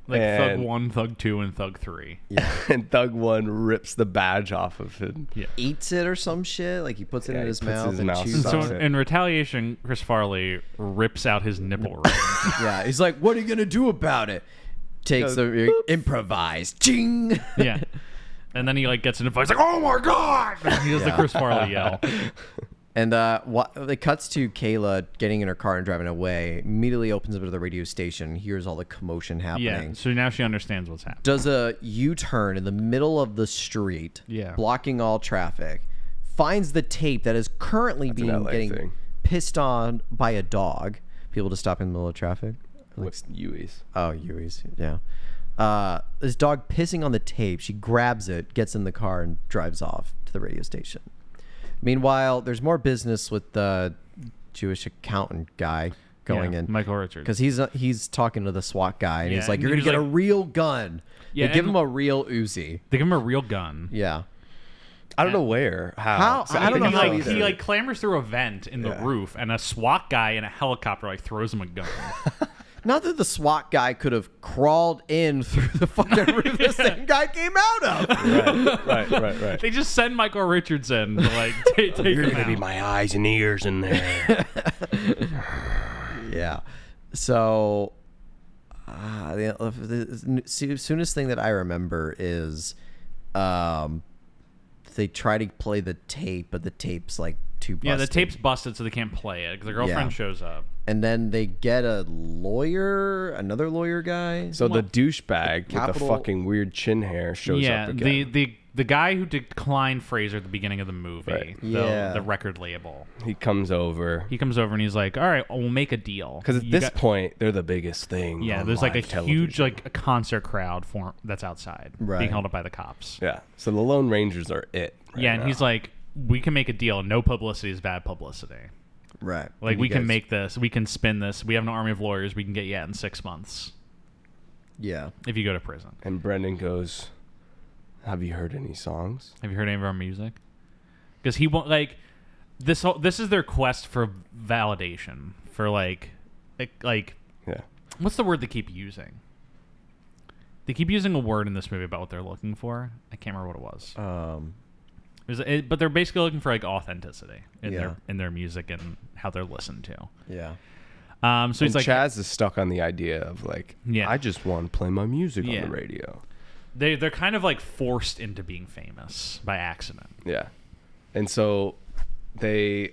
A: like
D: And-
A: Thug One, Thug Two, and Thug Three.
D: and Thug One rips the badge off of him.
A: Yeah.
B: Eats it or some shit. Like he puts it
D: Yeah,
B: in
D: he
B: his
D: puts it in
B: mouth
D: his
B: and
D: mouth.
B: chews
D: So-
A: So
B: on it.
A: in, in retaliation, Chris Farley rips out his nipple ring.
B: Yeah, he's like, "What are you gonna do about it?" Takes the improvise, ching.
A: yeah. And then he like gets in a fight. He's like, "Oh my god!" He does the
B: Yeah.
A: Chris Farley yell.
B: And uh, wha- it cuts to Kayla getting in her car and driving away. Immediately opens up to the radio station, hears all the commotion happening.
A: Yeah. So now she understands what's happening.
B: Does a U turn in the middle of the street,
A: Yeah.
B: blocking all traffic. Finds the tape that is currently
D: an
B: being
D: LA
B: getting
D: thing.
B: pissed on by a dog. People to stop in the middle of traffic. Like,
D: What's Yui's?
B: oh, Yui's, yeah. Uh, this dog pissing on the tape. She grabs it, gets in the car, and drives off to the radio station. Meanwhile, there's more business with the Jewish accountant guy going
A: Yeah,
B: in
A: Michael Richards.
B: because he's uh, he's talking to the SWAT guy, and
A: Yeah,
B: he's like,
A: and
B: "You're
A: he
B: gonna
A: was
B: get a
A: like-
B: real gun.
A: Yeah,
B: they give
A: and-
B: him a real Uzi.
A: They give him a real gun.
B: Yeah,
D: I don't know where, how.
B: How?
D: So
B: I don't
D: think
A: he
B: know how
A: like
B: either.
A: he like clambers through a vent in the roof, and a SWAT guy in a helicopter like throws him a gun.
B: not that the SWAT guy could have crawled in through the fucking roof this same guy came out of.
D: Right, right, right, right.
A: they just send Michael Richards in to like ta- take,
C: You're
A: him
C: gonna be
A: out.
C: my eyes and ears in there.
B: Yeah. So, ah, the, the, the soonest thing that I remember is, um, they try to play the tape, but the tape's like too. Busted.
A: yeah, the tape's busted, so they can't play it because the girlfriend
B: Yeah.
A: shows up.
B: And then they get a lawyer, another lawyer guy.
D: So the douchebag with the
B: Capital-
D: fucking weird chin hair shows
A: yeah,
D: up
A: the,
D: again.
A: the the guy who declined Fraser at the beginning of the movie,
D: Right.
A: the,
B: Yeah.
A: the record label,
D: he comes over
A: he comes over and he's like, "All right, we'll make a deal."
D: because at
A: You
D: this
A: got-
D: point they're the biggest thing.
A: yeah,
D: on
A: there's like a
D: live television.
A: huge like a concert crowd form that's outside
B: Right.
A: being held up by the cops.
D: Yeah, so the Lone Rangers are it. right
A: yeah, and
D: now.
A: he's like, "We can make a deal. No publicity is bad publicity."
B: right.
A: Like
B: You
A: we can
B: guys-
A: make this, we can spin this. We have an army of lawyers. We can get you out in six months
B: Yeah.
A: if you go to prison.
D: and Brendan goes, "Have you heard any songs?"
A: Have you heard any of our music? Because he won't like this. Whole, this is their quest for validation for like, like, like
D: Yeah,
A: what's the word they keep using? They keep using a word in this movie about what they're looking for. I can't remember what it was.
B: Um.
A: It was it, but they're basically looking for like authenticity in
B: Yeah.
A: their in their music and how they're listened to.
B: Yeah.
A: Um, so
D: and
A: he's like,
D: Chaz is stuck on the idea of like,
A: Yeah.
D: I just want to play my music
A: Yeah.
D: on the radio.
A: they they're kind of like forced into being famous by accident.
D: Yeah, and so they,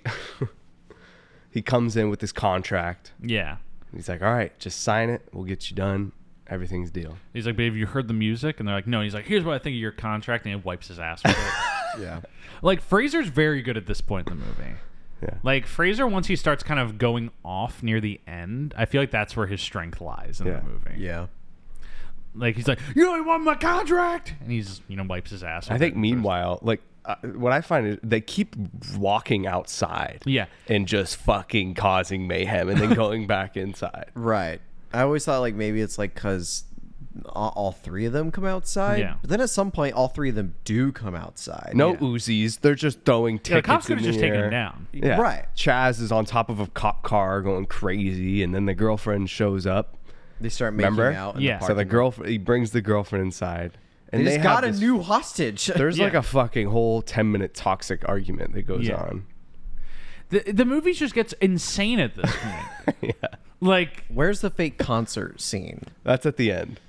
D: he comes in with this contract.
A: Yeah.
D: And he's like, "All right, just sign it. We'll get you done. Everything's deal."
A: He's like, but have you heard the music? And they're like, no. He's like, here's what I think of your contract, and he wipes his ass with it.
B: Yeah.
A: like Fraser's very good at this point in the movie.
D: Yeah.
A: Like Fraser, once he starts kind of going off near the end, I feel like that's where his strength lies in
D: Yeah.
A: the movie.
B: Yeah.
A: Like he's like, you only won my contract, and he's you know wipes his ass.
D: I
A: with
D: think
A: it.
D: meanwhile, like uh, what I find is they keep walking outside,
A: Yeah.
D: and just fucking causing mayhem, and then going back inside.
B: Right. I always thought like maybe it's like because all, all three of them come outside.
A: Yeah.
B: But then at some point, all three of them do come outside.
D: No Uzis, they're just throwing tickets.
A: the cops could
D: in
A: have just taken
D: air.
A: him down.
D: Yeah.
B: Right.
D: Chaz is on top of a cop car going crazy, and then the girlfriend shows up.
B: They start making
D: Remember?
B: out. In
A: Yeah.
B: The
A: So
D: So the
B: parking lot.
D: girlfriend, he brings the girlfriend inside, and
B: They just
D: have
B: got a
D: this-
B: new hostage.
D: There's
A: Yeah.
D: like a fucking whole ten minute toxic argument that goes
A: Yeah.
D: on.
A: The the movie just gets insane at this point. yeah. Like
B: Where's the fake concert scene?
D: That's at the end.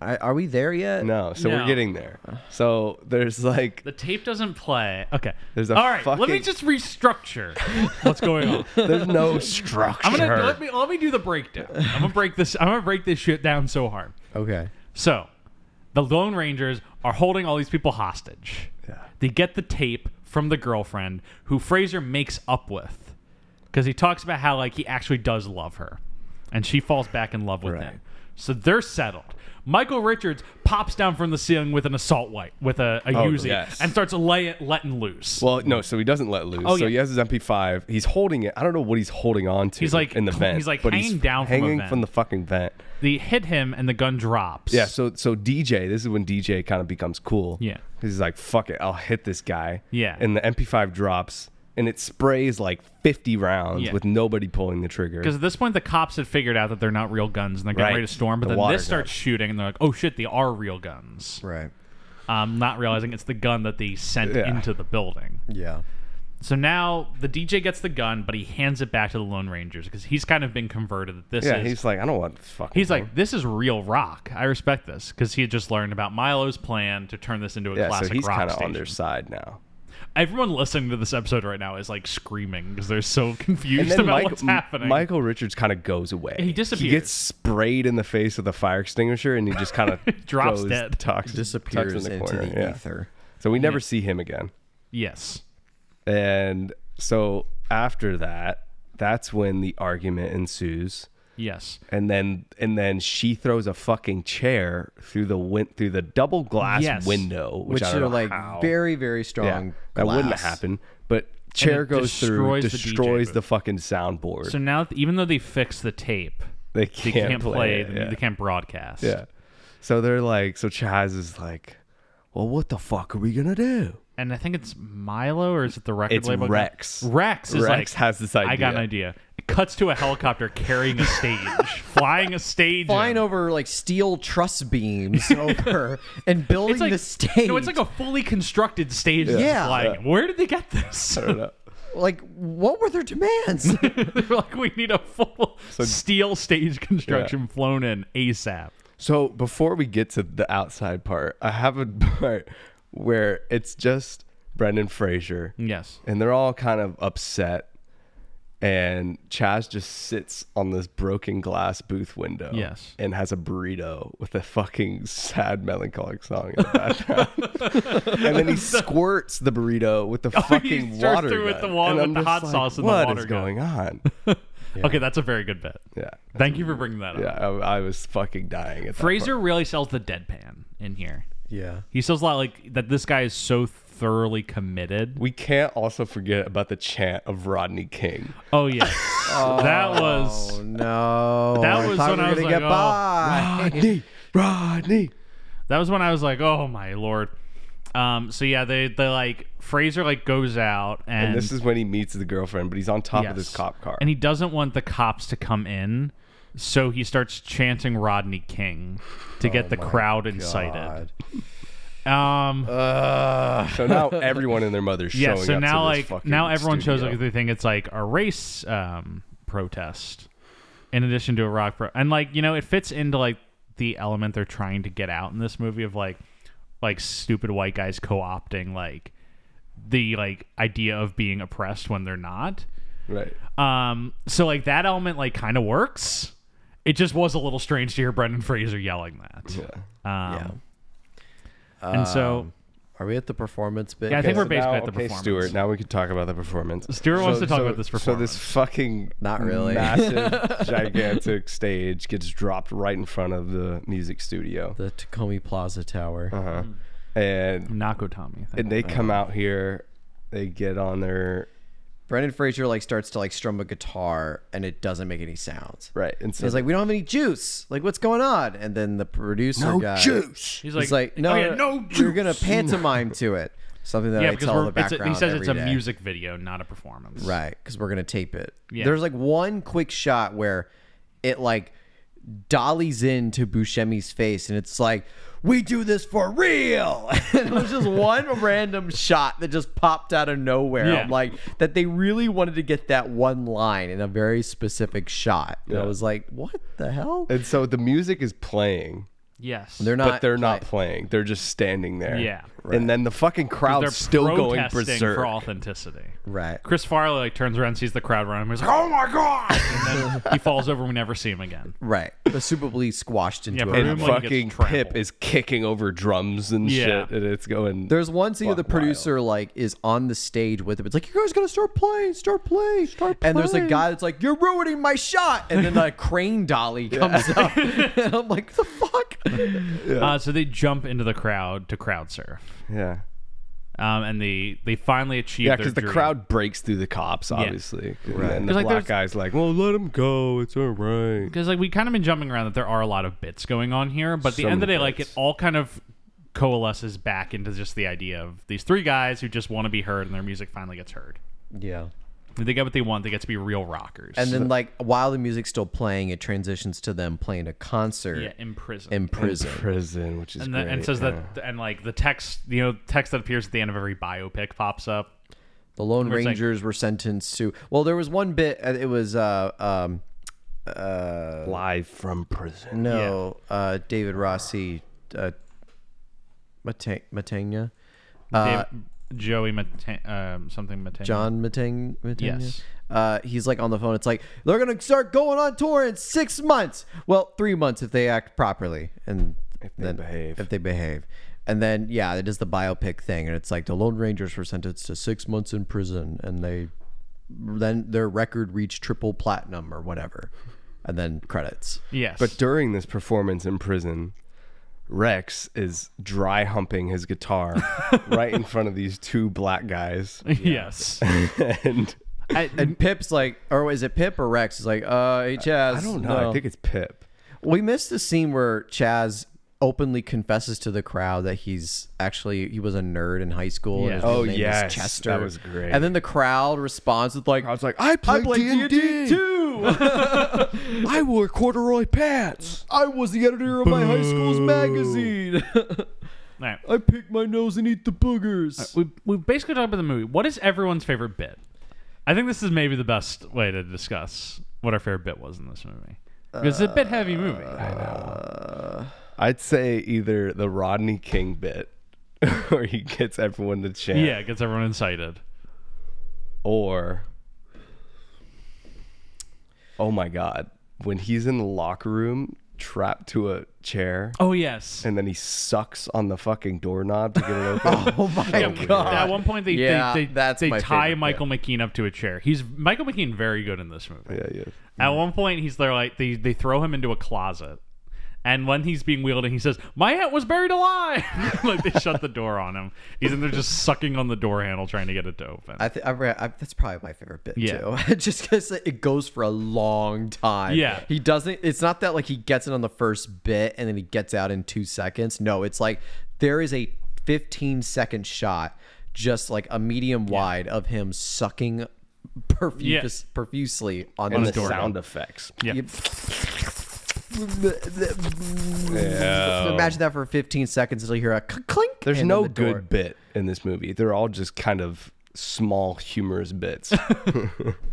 B: I, are we there yet?
D: No, so we're
A: No.
D: getting there. So there's like
A: The tape doesn't play. Okay.
D: There's a
A: All right. Let me
D: fucking-
A: just restructure what's going on.
D: there's no structure.
A: I'm gonna let me let me do the breakdown. I'm gonna break this. I'm gonna break this shit down so hard.
B: Okay.
A: So, the Lone Rangers are holding all these people hostage.
D: Yeah.
A: They get the tape from the girlfriend who Fraser makes up with because he talks about how like he actually does love her, and she falls back in love with
D: Right.
A: him. So they're settled. Michael Richards pops down from the ceiling with an assault light with a, a Uzi
D: Oh, yes.
A: and starts lay letting loose.
D: Well, no, so he doesn't let loose.
A: Oh,
D: so
A: yeah.
D: he has his MP5. He's holding it. I don't know what he's holding on to.
A: He's like
D: in the
A: cl-
D: vent.
A: he's like
D: but
A: hanging down from a
D: hanging
A: vent.
D: from the fucking vent.
A: they hit him and the gun drops.
D: Yeah, so so DJ, this is when DJ kind of becomes cool.
A: Yeah.
D: He's like, fuck it, I'll hit this guy.
A: Yeah.
D: And the MP5 drops and it sprays like 50 rounds
A: Yeah.
D: with nobody pulling the trigger.
A: Because at this point, the cops had figured out that they're not real guns and they're getting
D: Right.
A: ready to storm. But
D: The
A: then
D: water
A: this starts shooting and they're like, oh shit, they are real guns.
B: Right.
A: Um, not realizing it's the gun that they sent
D: Yeah.
A: into the building.
B: Yeah.
A: So now the DJ gets the gun, but he hands it back to the Lone Rangers because he's kind of been converted that this
D: Yeah,
A: is.
D: he's like, I don't want this fucking
A: he's
D: thing."
A: like, this is real rock. I respect this because he had just learned about Milo's plan to turn this into a
D: Yeah,
A: classic
D: so he's
A: rock
D: kind of
A: station.
D: on their side now.
A: Everyone listening to this episode right now is like screaming because they're so
D: And
A: confused
D: then
A: about
D: Mike-
A: what's happening.
D: Michael Richards kind of goes away.
A: He disappears.
D: He gets sprayed in the face with a fire extinguisher, and he just kind of
A: Drops dead.
D: Tucks,
B: Disappears
D: tucks in the
B: into
D: corner.
B: the
D: yeah.
B: ether.
D: So we never see him again.
A: yes.
D: And so after that, that's when the argument ensues.
A: Yes.
D: And then and then she throws a fucking chair through the win- through the double glass
A: Yes.
D: window, which,
B: Which
D: I don't
B: are
D: know
B: like
D: how.
B: very, very strong.
D: yeah, that wouldn't
B: glass.
D: happen. But chair
A: it
D: goes through,
A: destroys the DJ
D: destroys
A: booth.
D: the fucking soundboard.
A: So now, th- even though they fixed the tape, they
D: they can't,
A: can't,
D: play.
A: play,
D: it,
A: the-
D: yeah.
A: they can't broadcast.
D: Yeah. So they're like, so Chaz is like, well, what the fuck are we gonna do?
A: And I think it's Milo or is it the record
D: It's
A: label? guy?
D: Rex.
A: Rex is
D: Rex
A: like,
D: has this
A: I got an idea. It cuts to a helicopter carrying a stage, flying a stage.
B: Flying
A: in.
B: over like steel truss beams over and building
A: It's like
B: the stage.
A: No, it's like a fully constructed stage. that's
B: Yeah.
A: flying. Where did they get this?
B: Like, what were their demands?
A: They're like, we need a full steel stage construction flown in ASAP.
D: So before we get to the outside part, I have a part where it's just Brendan Fraser,
A: Yes.
D: and they're all kind of upset, and Chaz just sits on this broken glass booth window,
A: Yes.
D: and has a burrito with a fucking sad, melancholic song in the background, and then he squirts the burrito with the
A: Oh, he
D: fucking
A: starts
D: water
A: through with
D: gun.
A: the wa-
D: And
A: with
D: I'm
A: the
D: just
A: hot
D: like,
A: sauce and the
D: What
A: water
D: is
A: gun."
D: going on?
A: Okay, that's a very good bit.
D: Yeah,
A: Thank you for bringing that up.
D: yeah, I, I was fucking dying. At that
A: Fraser really sells the deadpan in here.
B: yeah.
A: He sells a lot like that. This guy is so thoroughly committed.
D: We can't also forget about the chant of Rodney King.
A: Oh yes, that was
B: No.
A: That
B: Oh, I
A: was
B: thought
A: when
B: we
A: I
B: were
A: was
B: gonna
A: like,
B: get
A: oh,
B: by.
D: Rodney, Rodney.
A: that was when I was like, oh my lord. Um. So yeah, they they like Fraser like goes out and,
D: And this is when he meets the girlfriend, but he's on top of this
A: yes.
D: cop car.
A: and he doesn't want the cops to come in, so he starts chanting Rodney King
D: Oh
A: to get the crowd incited. Um.
D: so now everyone and their mother's
A: yeah.
D: showing
A: So
D: up.
A: now
D: to this
A: like
D: fucking
A: now everyone shows
D: studio.
A: up. They think it's like a race um protest, in addition to a rock pro. And like you know, it fits into like the element they're trying to get out in this movie of like like stupid white guys co-opting like the like idea of being oppressed when they're not.
D: right.
A: Um, so like that element like kind of works. It just was a little strange to hear Brendan Fraser yelling that. Yeah. Um, And so
B: Are we at the performance bit?
A: Yeah, I think
B: yet?
A: we're basically
D: now,
A: at the
D: Um, okay,
A: performance.
D: Stuart. Now we can talk about the performance.
A: Stuart wants to talk
D: so-
A: about this
D: So this fucking
B: Not really.
D: massive, gigantic stage gets dropped right in front of the music studio,
B: the Tacoma Plaza Tower.
D: uh-huh. and
A: Nako Tommy. I think.
D: and they come out here. They get on their
B: Brendan Fraser like starts to like strum a guitar and it doesn't make any sounds.
D: right, and so
B: He's like, we don't have any juice. Like, what's going on? And then the producer guy,
A: He's
B: He's
A: like, "Oh,
B: like, no, no, you're gonna pantomime to it. Something that
A: yeah,
B: I
A: because
B: tell in
A: we're,
B: the
A: it's
B: background.
A: a, he says
B: every
A: it's a
B: day.
A: music video, not a performance.
B: right? Because we're gonna tape it.
A: Yeah.
B: There's like one quick shot where it like dollies into Buscemi's face, and it's like, we do this for real. and it was just one random shot that just popped out of nowhere.
A: Yeah.
B: I'm like, that they really wanted to get that one line in a very specific shot. And I
D: Yeah.
B: was like, what the hell?
D: And so the music is playing,
A: Yes.
B: They're not.
D: but they're not playing. They're just standing there.
A: Yeah.
D: and then the fucking
A: They're
D: crowd's still going
A: protesting
D: berserk.
A: for authenticity.
B: Right.
A: Chris Farley like turns around, sees the crowd around him, he's like, "Oh my god!" And then he falls over, and we never see him again.
B: Right. Presumably squashed into
A: but
B: a
A: remember-
D: and
A: Everyone gets
D: fucking
A: trampled.
D: Pip is kicking over drums and
A: Yeah.
D: shit, and it's going.
B: There's one scene where the
D: Fuck wild.
B: producer like is on the stage with him. It's like you guys gotta start playing, start playing, start And there's a
D: playing.
B: guy that's like, "You're ruining my shot," and then a crane dolly comes up, and I'm like, "The fuck!"
A: Uh, so they jump into the crowd to crowd surf,
D: yeah,
A: um, and they they finally achieve.
D: yeah,
A: their
D: because the
A: dream.
D: crowd breaks through the cops, obviously, right. and the
A: 'Cause, like,
D: black
A: there's-
D: guy's like, "Well, let him go. It's all right."
A: because like we kind of been jumping around that there are a lot of bits going on here, but at the
D: So
A: end of the day,
D: many
A: like it
D: bits.
A: all kind of coalesces back into just the idea of these three guys who just want to be heard, and their music finally gets heard.
B: Yeah.
A: They get what they want. They get to be real rockers.
B: And then like while the music's still playing, it transitions to them playing a concert
A: yeah, in prison.
B: in prison.
D: Prison, which is
A: and, the, and
D: great,
A: says
D: yeah.
A: that and like the text you know text that appears at the end of every biopic pops up
B: The Lone
A: it's like-
B: Rangers were sentenced to. Well, there was one bit. uh, It was uh um
D: live from prison.
B: no uh David Rossi uh Matang- Matanga.
A: Dave- joey Matan- um, something Matan-
B: John Matang, Matanga.
A: Yes.
B: Uh, he's like on the phone. It's like they're gonna start going on tour in six months. Well, three months if they act properly and if
D: they behave.
B: If they behave, and then yeah, it is the biopic thing, and it's like the Lone Rangers were sentenced to six months in prison, and they then their record reached triple platinum or whatever, and then credits.
A: yes
D: But during this performance in prison, Rex is dry humping his guitar right in front of these two black guys.
A: yes
D: And
B: And Pip's like, or is it Pip or Rex? Is like, uh, hey Chaz.
D: I don't know. I think it's Pip.
B: We missed the scene where Chaz openly confesses to the crowd that he's actually he was a nerd in high school. and his
A: Yeah.
B: real
D: Oh,
B: name was
D: yes.
B: Chester.
D: That was great.
B: And then the crowd responds with like,
D: I was like, I
B: "I
D: played,
B: play
D: D&D,
B: D&D
D: too.
B: too.
D: I wore corduroy pants.
B: I was the editor of my high school's magazine.
A: All right.
B: I pick my nose and eat the boogers."
A: we we basically talked about the movie what is everyone's favorite bit i think this is maybe the best way to discuss what our favorite bit was in this movie because it's a bit heavy movie
D: I'd say either the Rodney King bit, where he gets everyone to chant,
A: yeah it gets everyone incited
D: or oh my god, when he's in the locker room trapped to a chair.
A: oh yes
D: and then he sucks on the fucking doorknob to get it open.
B: Oh my god!
A: At one point, they
B: Yeah,
A: they, they,
B: that's
A: they
B: my
A: tie
B: favorite
A: Michael McKean up to a chair. He's Michael McKean very good in this movie.
D: yeah, yeah.
A: At one point, he's there like they they throw him into a closet, and when he's being wheeled, in, he says, "My aunt was buried alive." like they shut the door on him. He's in there just sucking on the door handle trying to get it to open.
B: I th- I, re- I, that's probably my favorite bit
A: Yeah.
B: too, just because it goes for a long time.
A: Yeah.
B: he doesn't. It's not that like he gets it on the first bit and then he gets out in two seconds. No, it's like there is a 15 second shot, just like a medium wide of him sucking perfus- profusely on,
D: And
B: the
D: the
B: door.
D: sound effects.
A: yeah,
D: Yeah.
B: Imagine that for 15 seconds until you hear a clink.
D: There's
B: and then
D: no
B: the door-
D: good bit in this movie. They're all just kind of small humorous bits.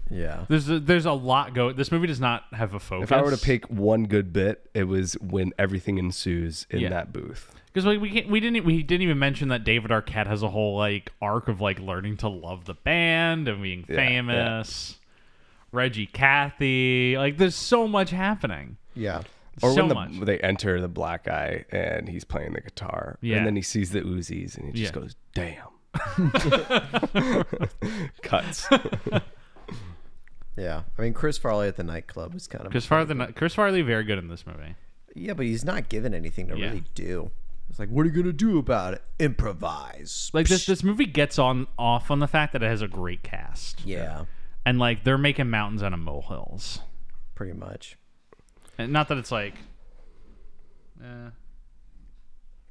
B: Yeah.
A: there's a, there's a lot go. This movie does not have a focus.
D: if I were to pick one good bit, it was when everything ensues in
A: Yeah.
D: that booth.
A: because we we, can't, we didn't we didn't even mention that David Arquette has a whole like arc of like learning to love the band and being
D: yeah.
A: famous. Reggie Cathy, like there's so much happening.
B: Yeah.
D: Or
A: so
D: when the,
A: much.
D: they enter the black guy and he's playing the guitar,
A: Yeah.
D: and then he sees the Uzis and he just
A: Yeah.
D: goes, "Damn." Cuts.
B: Yeah. I mean, Chris Farley at the nightclub is kind of
A: Chris Farley, Chris Farley, very good in this movie.
B: Yeah, but he's not given anything to
A: Yeah.
B: really do. It's like, what are you gonna do about it? Improvise.
A: Like this, this movie gets on off on the fact that it has a great cast,
B: yeah,
A: and like they're making mountains out of molehills.
B: pretty much.
A: And not that it's like, eh.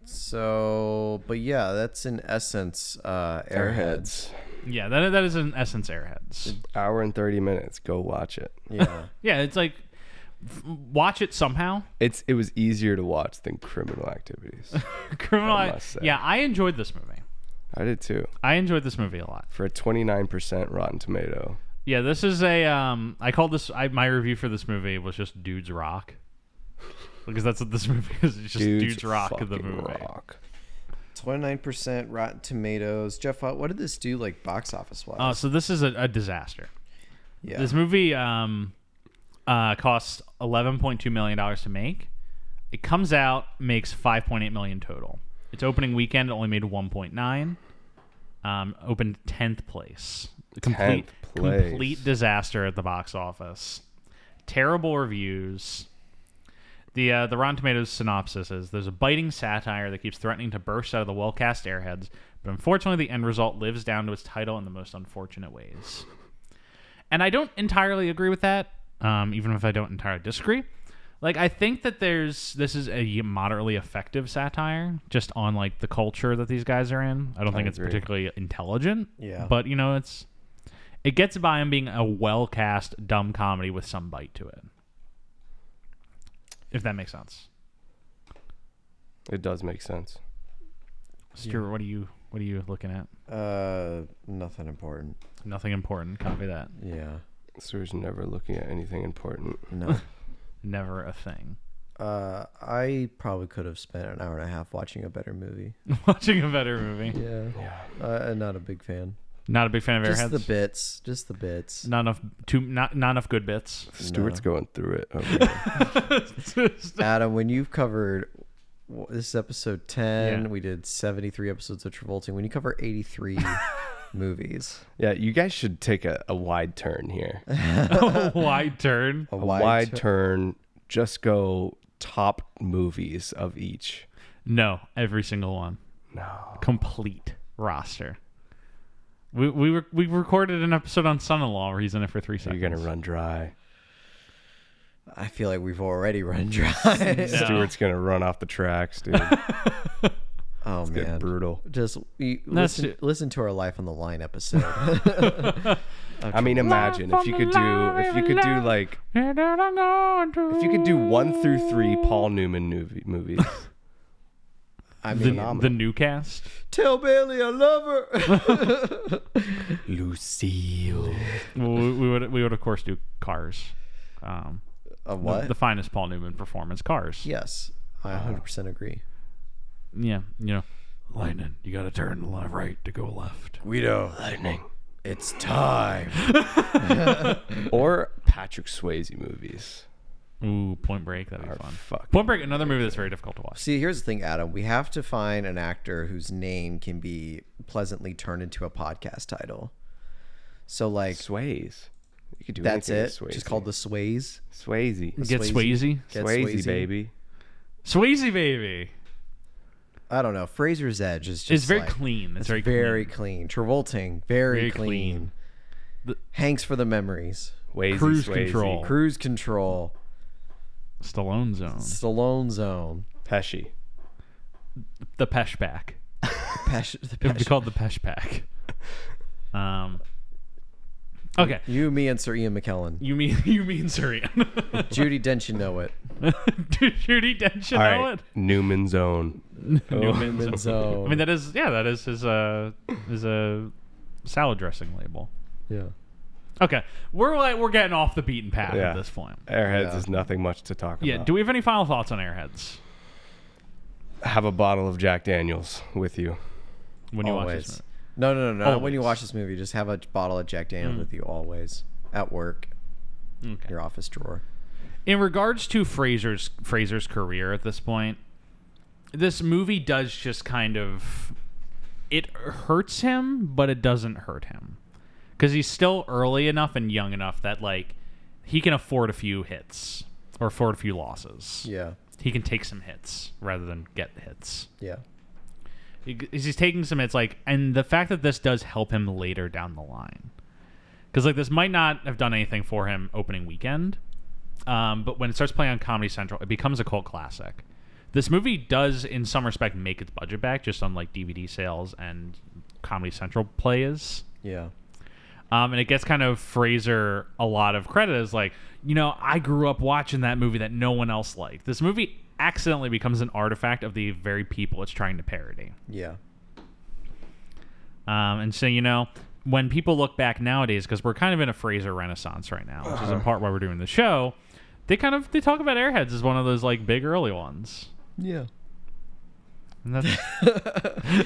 B: So, but yeah, that's in essence, uh, Airheads.
D: Airheads.
A: yeah, that that is in essence Airheads.
D: Hour and thirty minutes. Go watch it.
B: Yeah,
A: Yeah, it's like f- watch it somehow.
D: It's it was easier to watch than Criminal Activities.
A: Criminal.
D: I must say.
A: yeah, I enjoyed this movie.
D: I did too.
A: I enjoyed this movie a lot.
D: For a twenty nine percent Rotten Tomato.
A: Yeah, this is a. Um, I called this. I, my review for this movie was just dudes rock, because that's what this movie is. It's just dudes, rock of the
D: fucking
A: movie.
D: rock.
B: 29% Rotten Tomatoes. Jeff, what what did this do like box office wise?
A: Uh, so this is a, a disaster.
B: yeah.
A: This movie um, uh, costs eleven point two million dollars to make. It comes out, makes five point eight million total. Its opening weekend it only made one point nine. Um, opened tenth place. Complete
D: 10th place.
A: complete disaster at the box office. Terrible reviews. The uh, the Rotten Tomatoes synopsis is: There's a biting satire that keeps threatening to burst out of the well-cast airheads, but unfortunately, the end result lives down to its title in the most unfortunate ways. And I don't entirely agree with that, um, even if I don't entirely disagree. Like I think that there's this is a moderately effective satire just on like the culture that these guys are in. I don't think it's
D: agree.
A: particularly intelligent.
B: Yeah.
A: But you know, it's it gets by on being a well cast dumb comedy with some bite to it. If that makes sense.
D: It does make sense.
A: Stuart, what are you what are you looking at?
B: uh, nothing important.
A: Nothing important. Copy that.
B: Yeah.
D: Stuart's never looking at anything important.
B: No.
A: Never a thing.
B: uh, I probably could have spent an hour and a half watching a better movie.
A: Watching a better movie.
B: Yeah. Uh, I'm not a big fan.
A: Not a big fan of
B: Just
A: Airheads.
B: the bits. Just the bits.
A: Not enough. Too not not enough good bits.
D: Stuart's going through it. over there.
B: Adam, when you've covered w- this is episode 10,
A: Yeah.
B: we did 73 episodes of Travolting. When you cover 83 movies,
D: yeah, you guys should take a, a wide turn here.
A: wide turn.
B: a
D: A
B: wide
D: wide,
B: tur-
D: turn. Just go top movies of each.
A: No, every single one.
D: No.
A: Complete roster. We we were we recorded an episode on son-in-law where he's in it for three
D: You're
A: seconds.
D: going to run dry.
B: I feel like we've already run dry.
A: No.
D: Stuart's going to run off the tracks, dude.
B: oh,
D: Get
B: man.
D: brutal.
B: Just you,
A: That's
B: listen,
A: it.
B: listen to our Life on the Line episode.
D: I mean, imagine if you could do if you could do like if you could do one through three Paul Newman movie, movies.
B: I mean,
A: the, the new cast.
B: tell Bailey I love her.
D: Lucille.
A: we, we would we would of course do Cars. Um,
B: a
D: Uh,
B: what?
A: the finest Paul Newman performance, Cars.
B: yes, I 100% agree.
A: Yeah, you know, Lightning, you got to turn left, right to go left.
B: Guido,
D: Lightning.
B: it's time.
D: Or Patrick Swayze movies.
A: Ooh, Point Break, that'd be
D: Or
A: fun.
D: fuck.
A: Point Break, another movie that's very difficult to watch.
B: See, here's the thing, Adam. We have to find an actor whose name can be pleasantly turned into a podcast title. So, like,
D: Sways. You could do
B: that's
D: anything
B: it.
D: with Swayze.
B: Just called the Sways.
D: Swayze.
A: Get Swayze,
B: Get
D: Swayze,
B: Swayze.
D: baby.
A: Swayze baby.
B: I don't know. Fraser's Edge is just
A: It's very
B: like-
A: clean. It's, very,
B: very clean. Travolting, very,
A: Very
B: clean.
A: clean.
B: Hanks for the memories.
D: Swayze,
A: Cruise
D: Swayze.
A: control.
B: Cruise Control,
A: clean. Stallone Zone.
B: Stallone Zone,
D: Pesci.
A: The Pesh Pack.
B: Pesh, the
A: It would be
B: Pesh-
A: called the Pesh Pack. Um. Okay,
B: You, me, and Sir Ian McKellen.
A: you mean you mean Surrey?
B: Judy Dench, you know it.
A: Dude, Judy Dench in
D: All
A: that
D: right. Oh,
A: one?
D: Newman Zone.
A: Newman's Own.
B: Zone.
A: I mean, that is yeah, that is his uh his uh salad dressing label.
B: yeah.
A: Okay, we're like we're getting off the beaten path
D: Yeah.
A: at this point.
D: Airheads
B: Yeah.
D: is nothing much to talk
A: Yeah.
D: about.
A: Do we have any final thoughts on Airheads
D: Have a bottle of Jack Daniels with you.
A: when you watch
B: Always.
A: this?
B: No, no, no, no. Not When you
A: Always. Mm.
B: watch this movie, just have a bottle of Jack Daniels with you always at work,
A: Movie? Okay.
B: your office drawer.
A: In regards to Fraser's Fraser's career at this point, this movie does just kind of it hurts him, but it doesn't hurt him because he's still early enough and young enough that like he can afford a few hits or afford a few losses.
B: Yeah.
A: he can take some hits rather than get hits.
B: Yeah.
A: He- He's taking some hits, like, and the fact that this does help him later down the line, because like this might not have done anything for him opening weekend, um, but when it starts playing on Comedy Central, it becomes a cult classic. This movie does, in some respect, make its budget back just on like DVD sales and Comedy Central plays.
B: Yeah.
A: Um, and it gets kind of Fraser a lot of credit as like, you know, I grew up watching that movie that no one else liked. This movie accidentally becomes an artifact of the very people it's trying to parody.
B: Yeah.
A: Um, and so, you know, when people look back nowadays, because we're kind of in a Fraser renaissance right now, which is
B: Uh-huh.
A: in part why we're doing the show, they kind of they talk about Airheads as one of those like big early ones.
B: Yeah.
A: And that's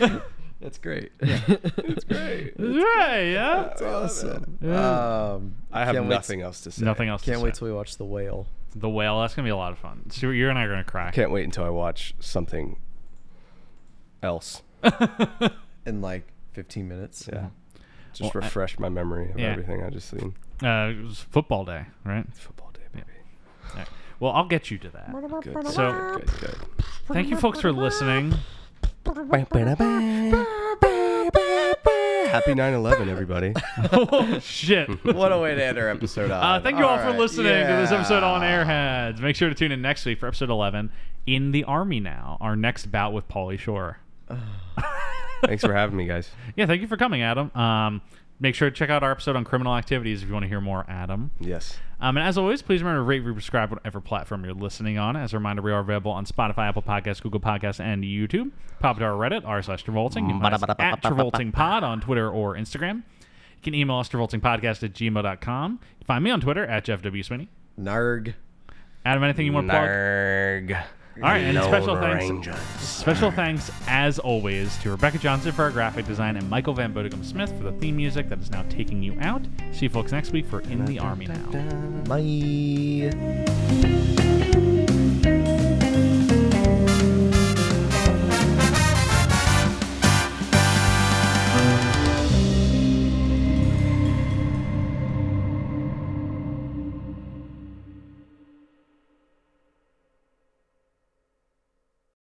B: That's great.
A: right, yeah.
B: That's awesome. Um,
D: I have
B: can't wait-
D: nothing else to say.
A: Nothing else.
B: Can't
A: to
B: wait
A: say.
B: till we watch The Whale.
A: the whale. That's gonna be a lot of fun. Stuart, you and I are gonna cry.
D: Can't wait until I watch something else.
B: in like 15 minutes.
D: Yeah. Just refresh my memory of
A: Yeah.
D: everything I just seen.
A: Uh, it was football day, right?
D: Football day, baby.
A: All right. Well, I'll get you to that.
D: Good.
A: So-
D: good, good, good.
A: Thank you, folks, for listening.
D: Happy 9 11, everybody.
A: oh shit.
B: What a way to end our episode.
A: Uh,
B: on.
A: thank you all for
B: right.
A: listening to this episode on
B: Yeah.
A: Airheads. Make sure to tune in next week for episode 11 in the Army now, our next bout with Pauly Shore.
D: Thanks for having me, guys.
A: Yeah, thank you for coming, Adam. Um, make sure to check out our episode on criminal activities if you want to hear more, Adam.
D: Yes.
A: Um, and as always, please remember to rate, review, subscribe, whatever platform you're listening on. As a reminder, we are available on Spotify, Apple Podcasts, Google Podcasts, and YouTube. Pop to our Reddit, r slash Travolting. You can find us at TravoltingPod on Twitter or Instagram. You can email us, TravoltingPodcast at gmail.com. You can find me on Twitter at Jeff W. Sweeney.
B: Narg.
A: Adam, anything you want to plug?
C: Narg.
A: All right, and
C: Lone
A: special thanks-
C: Ranger.
A: Special thanks, as always, to Rebecca Johnson for our graphic design and Michael Van Bodegum Smith for the theme music that is now taking you out. See you folks next week for In the Army Now.
B: Bye.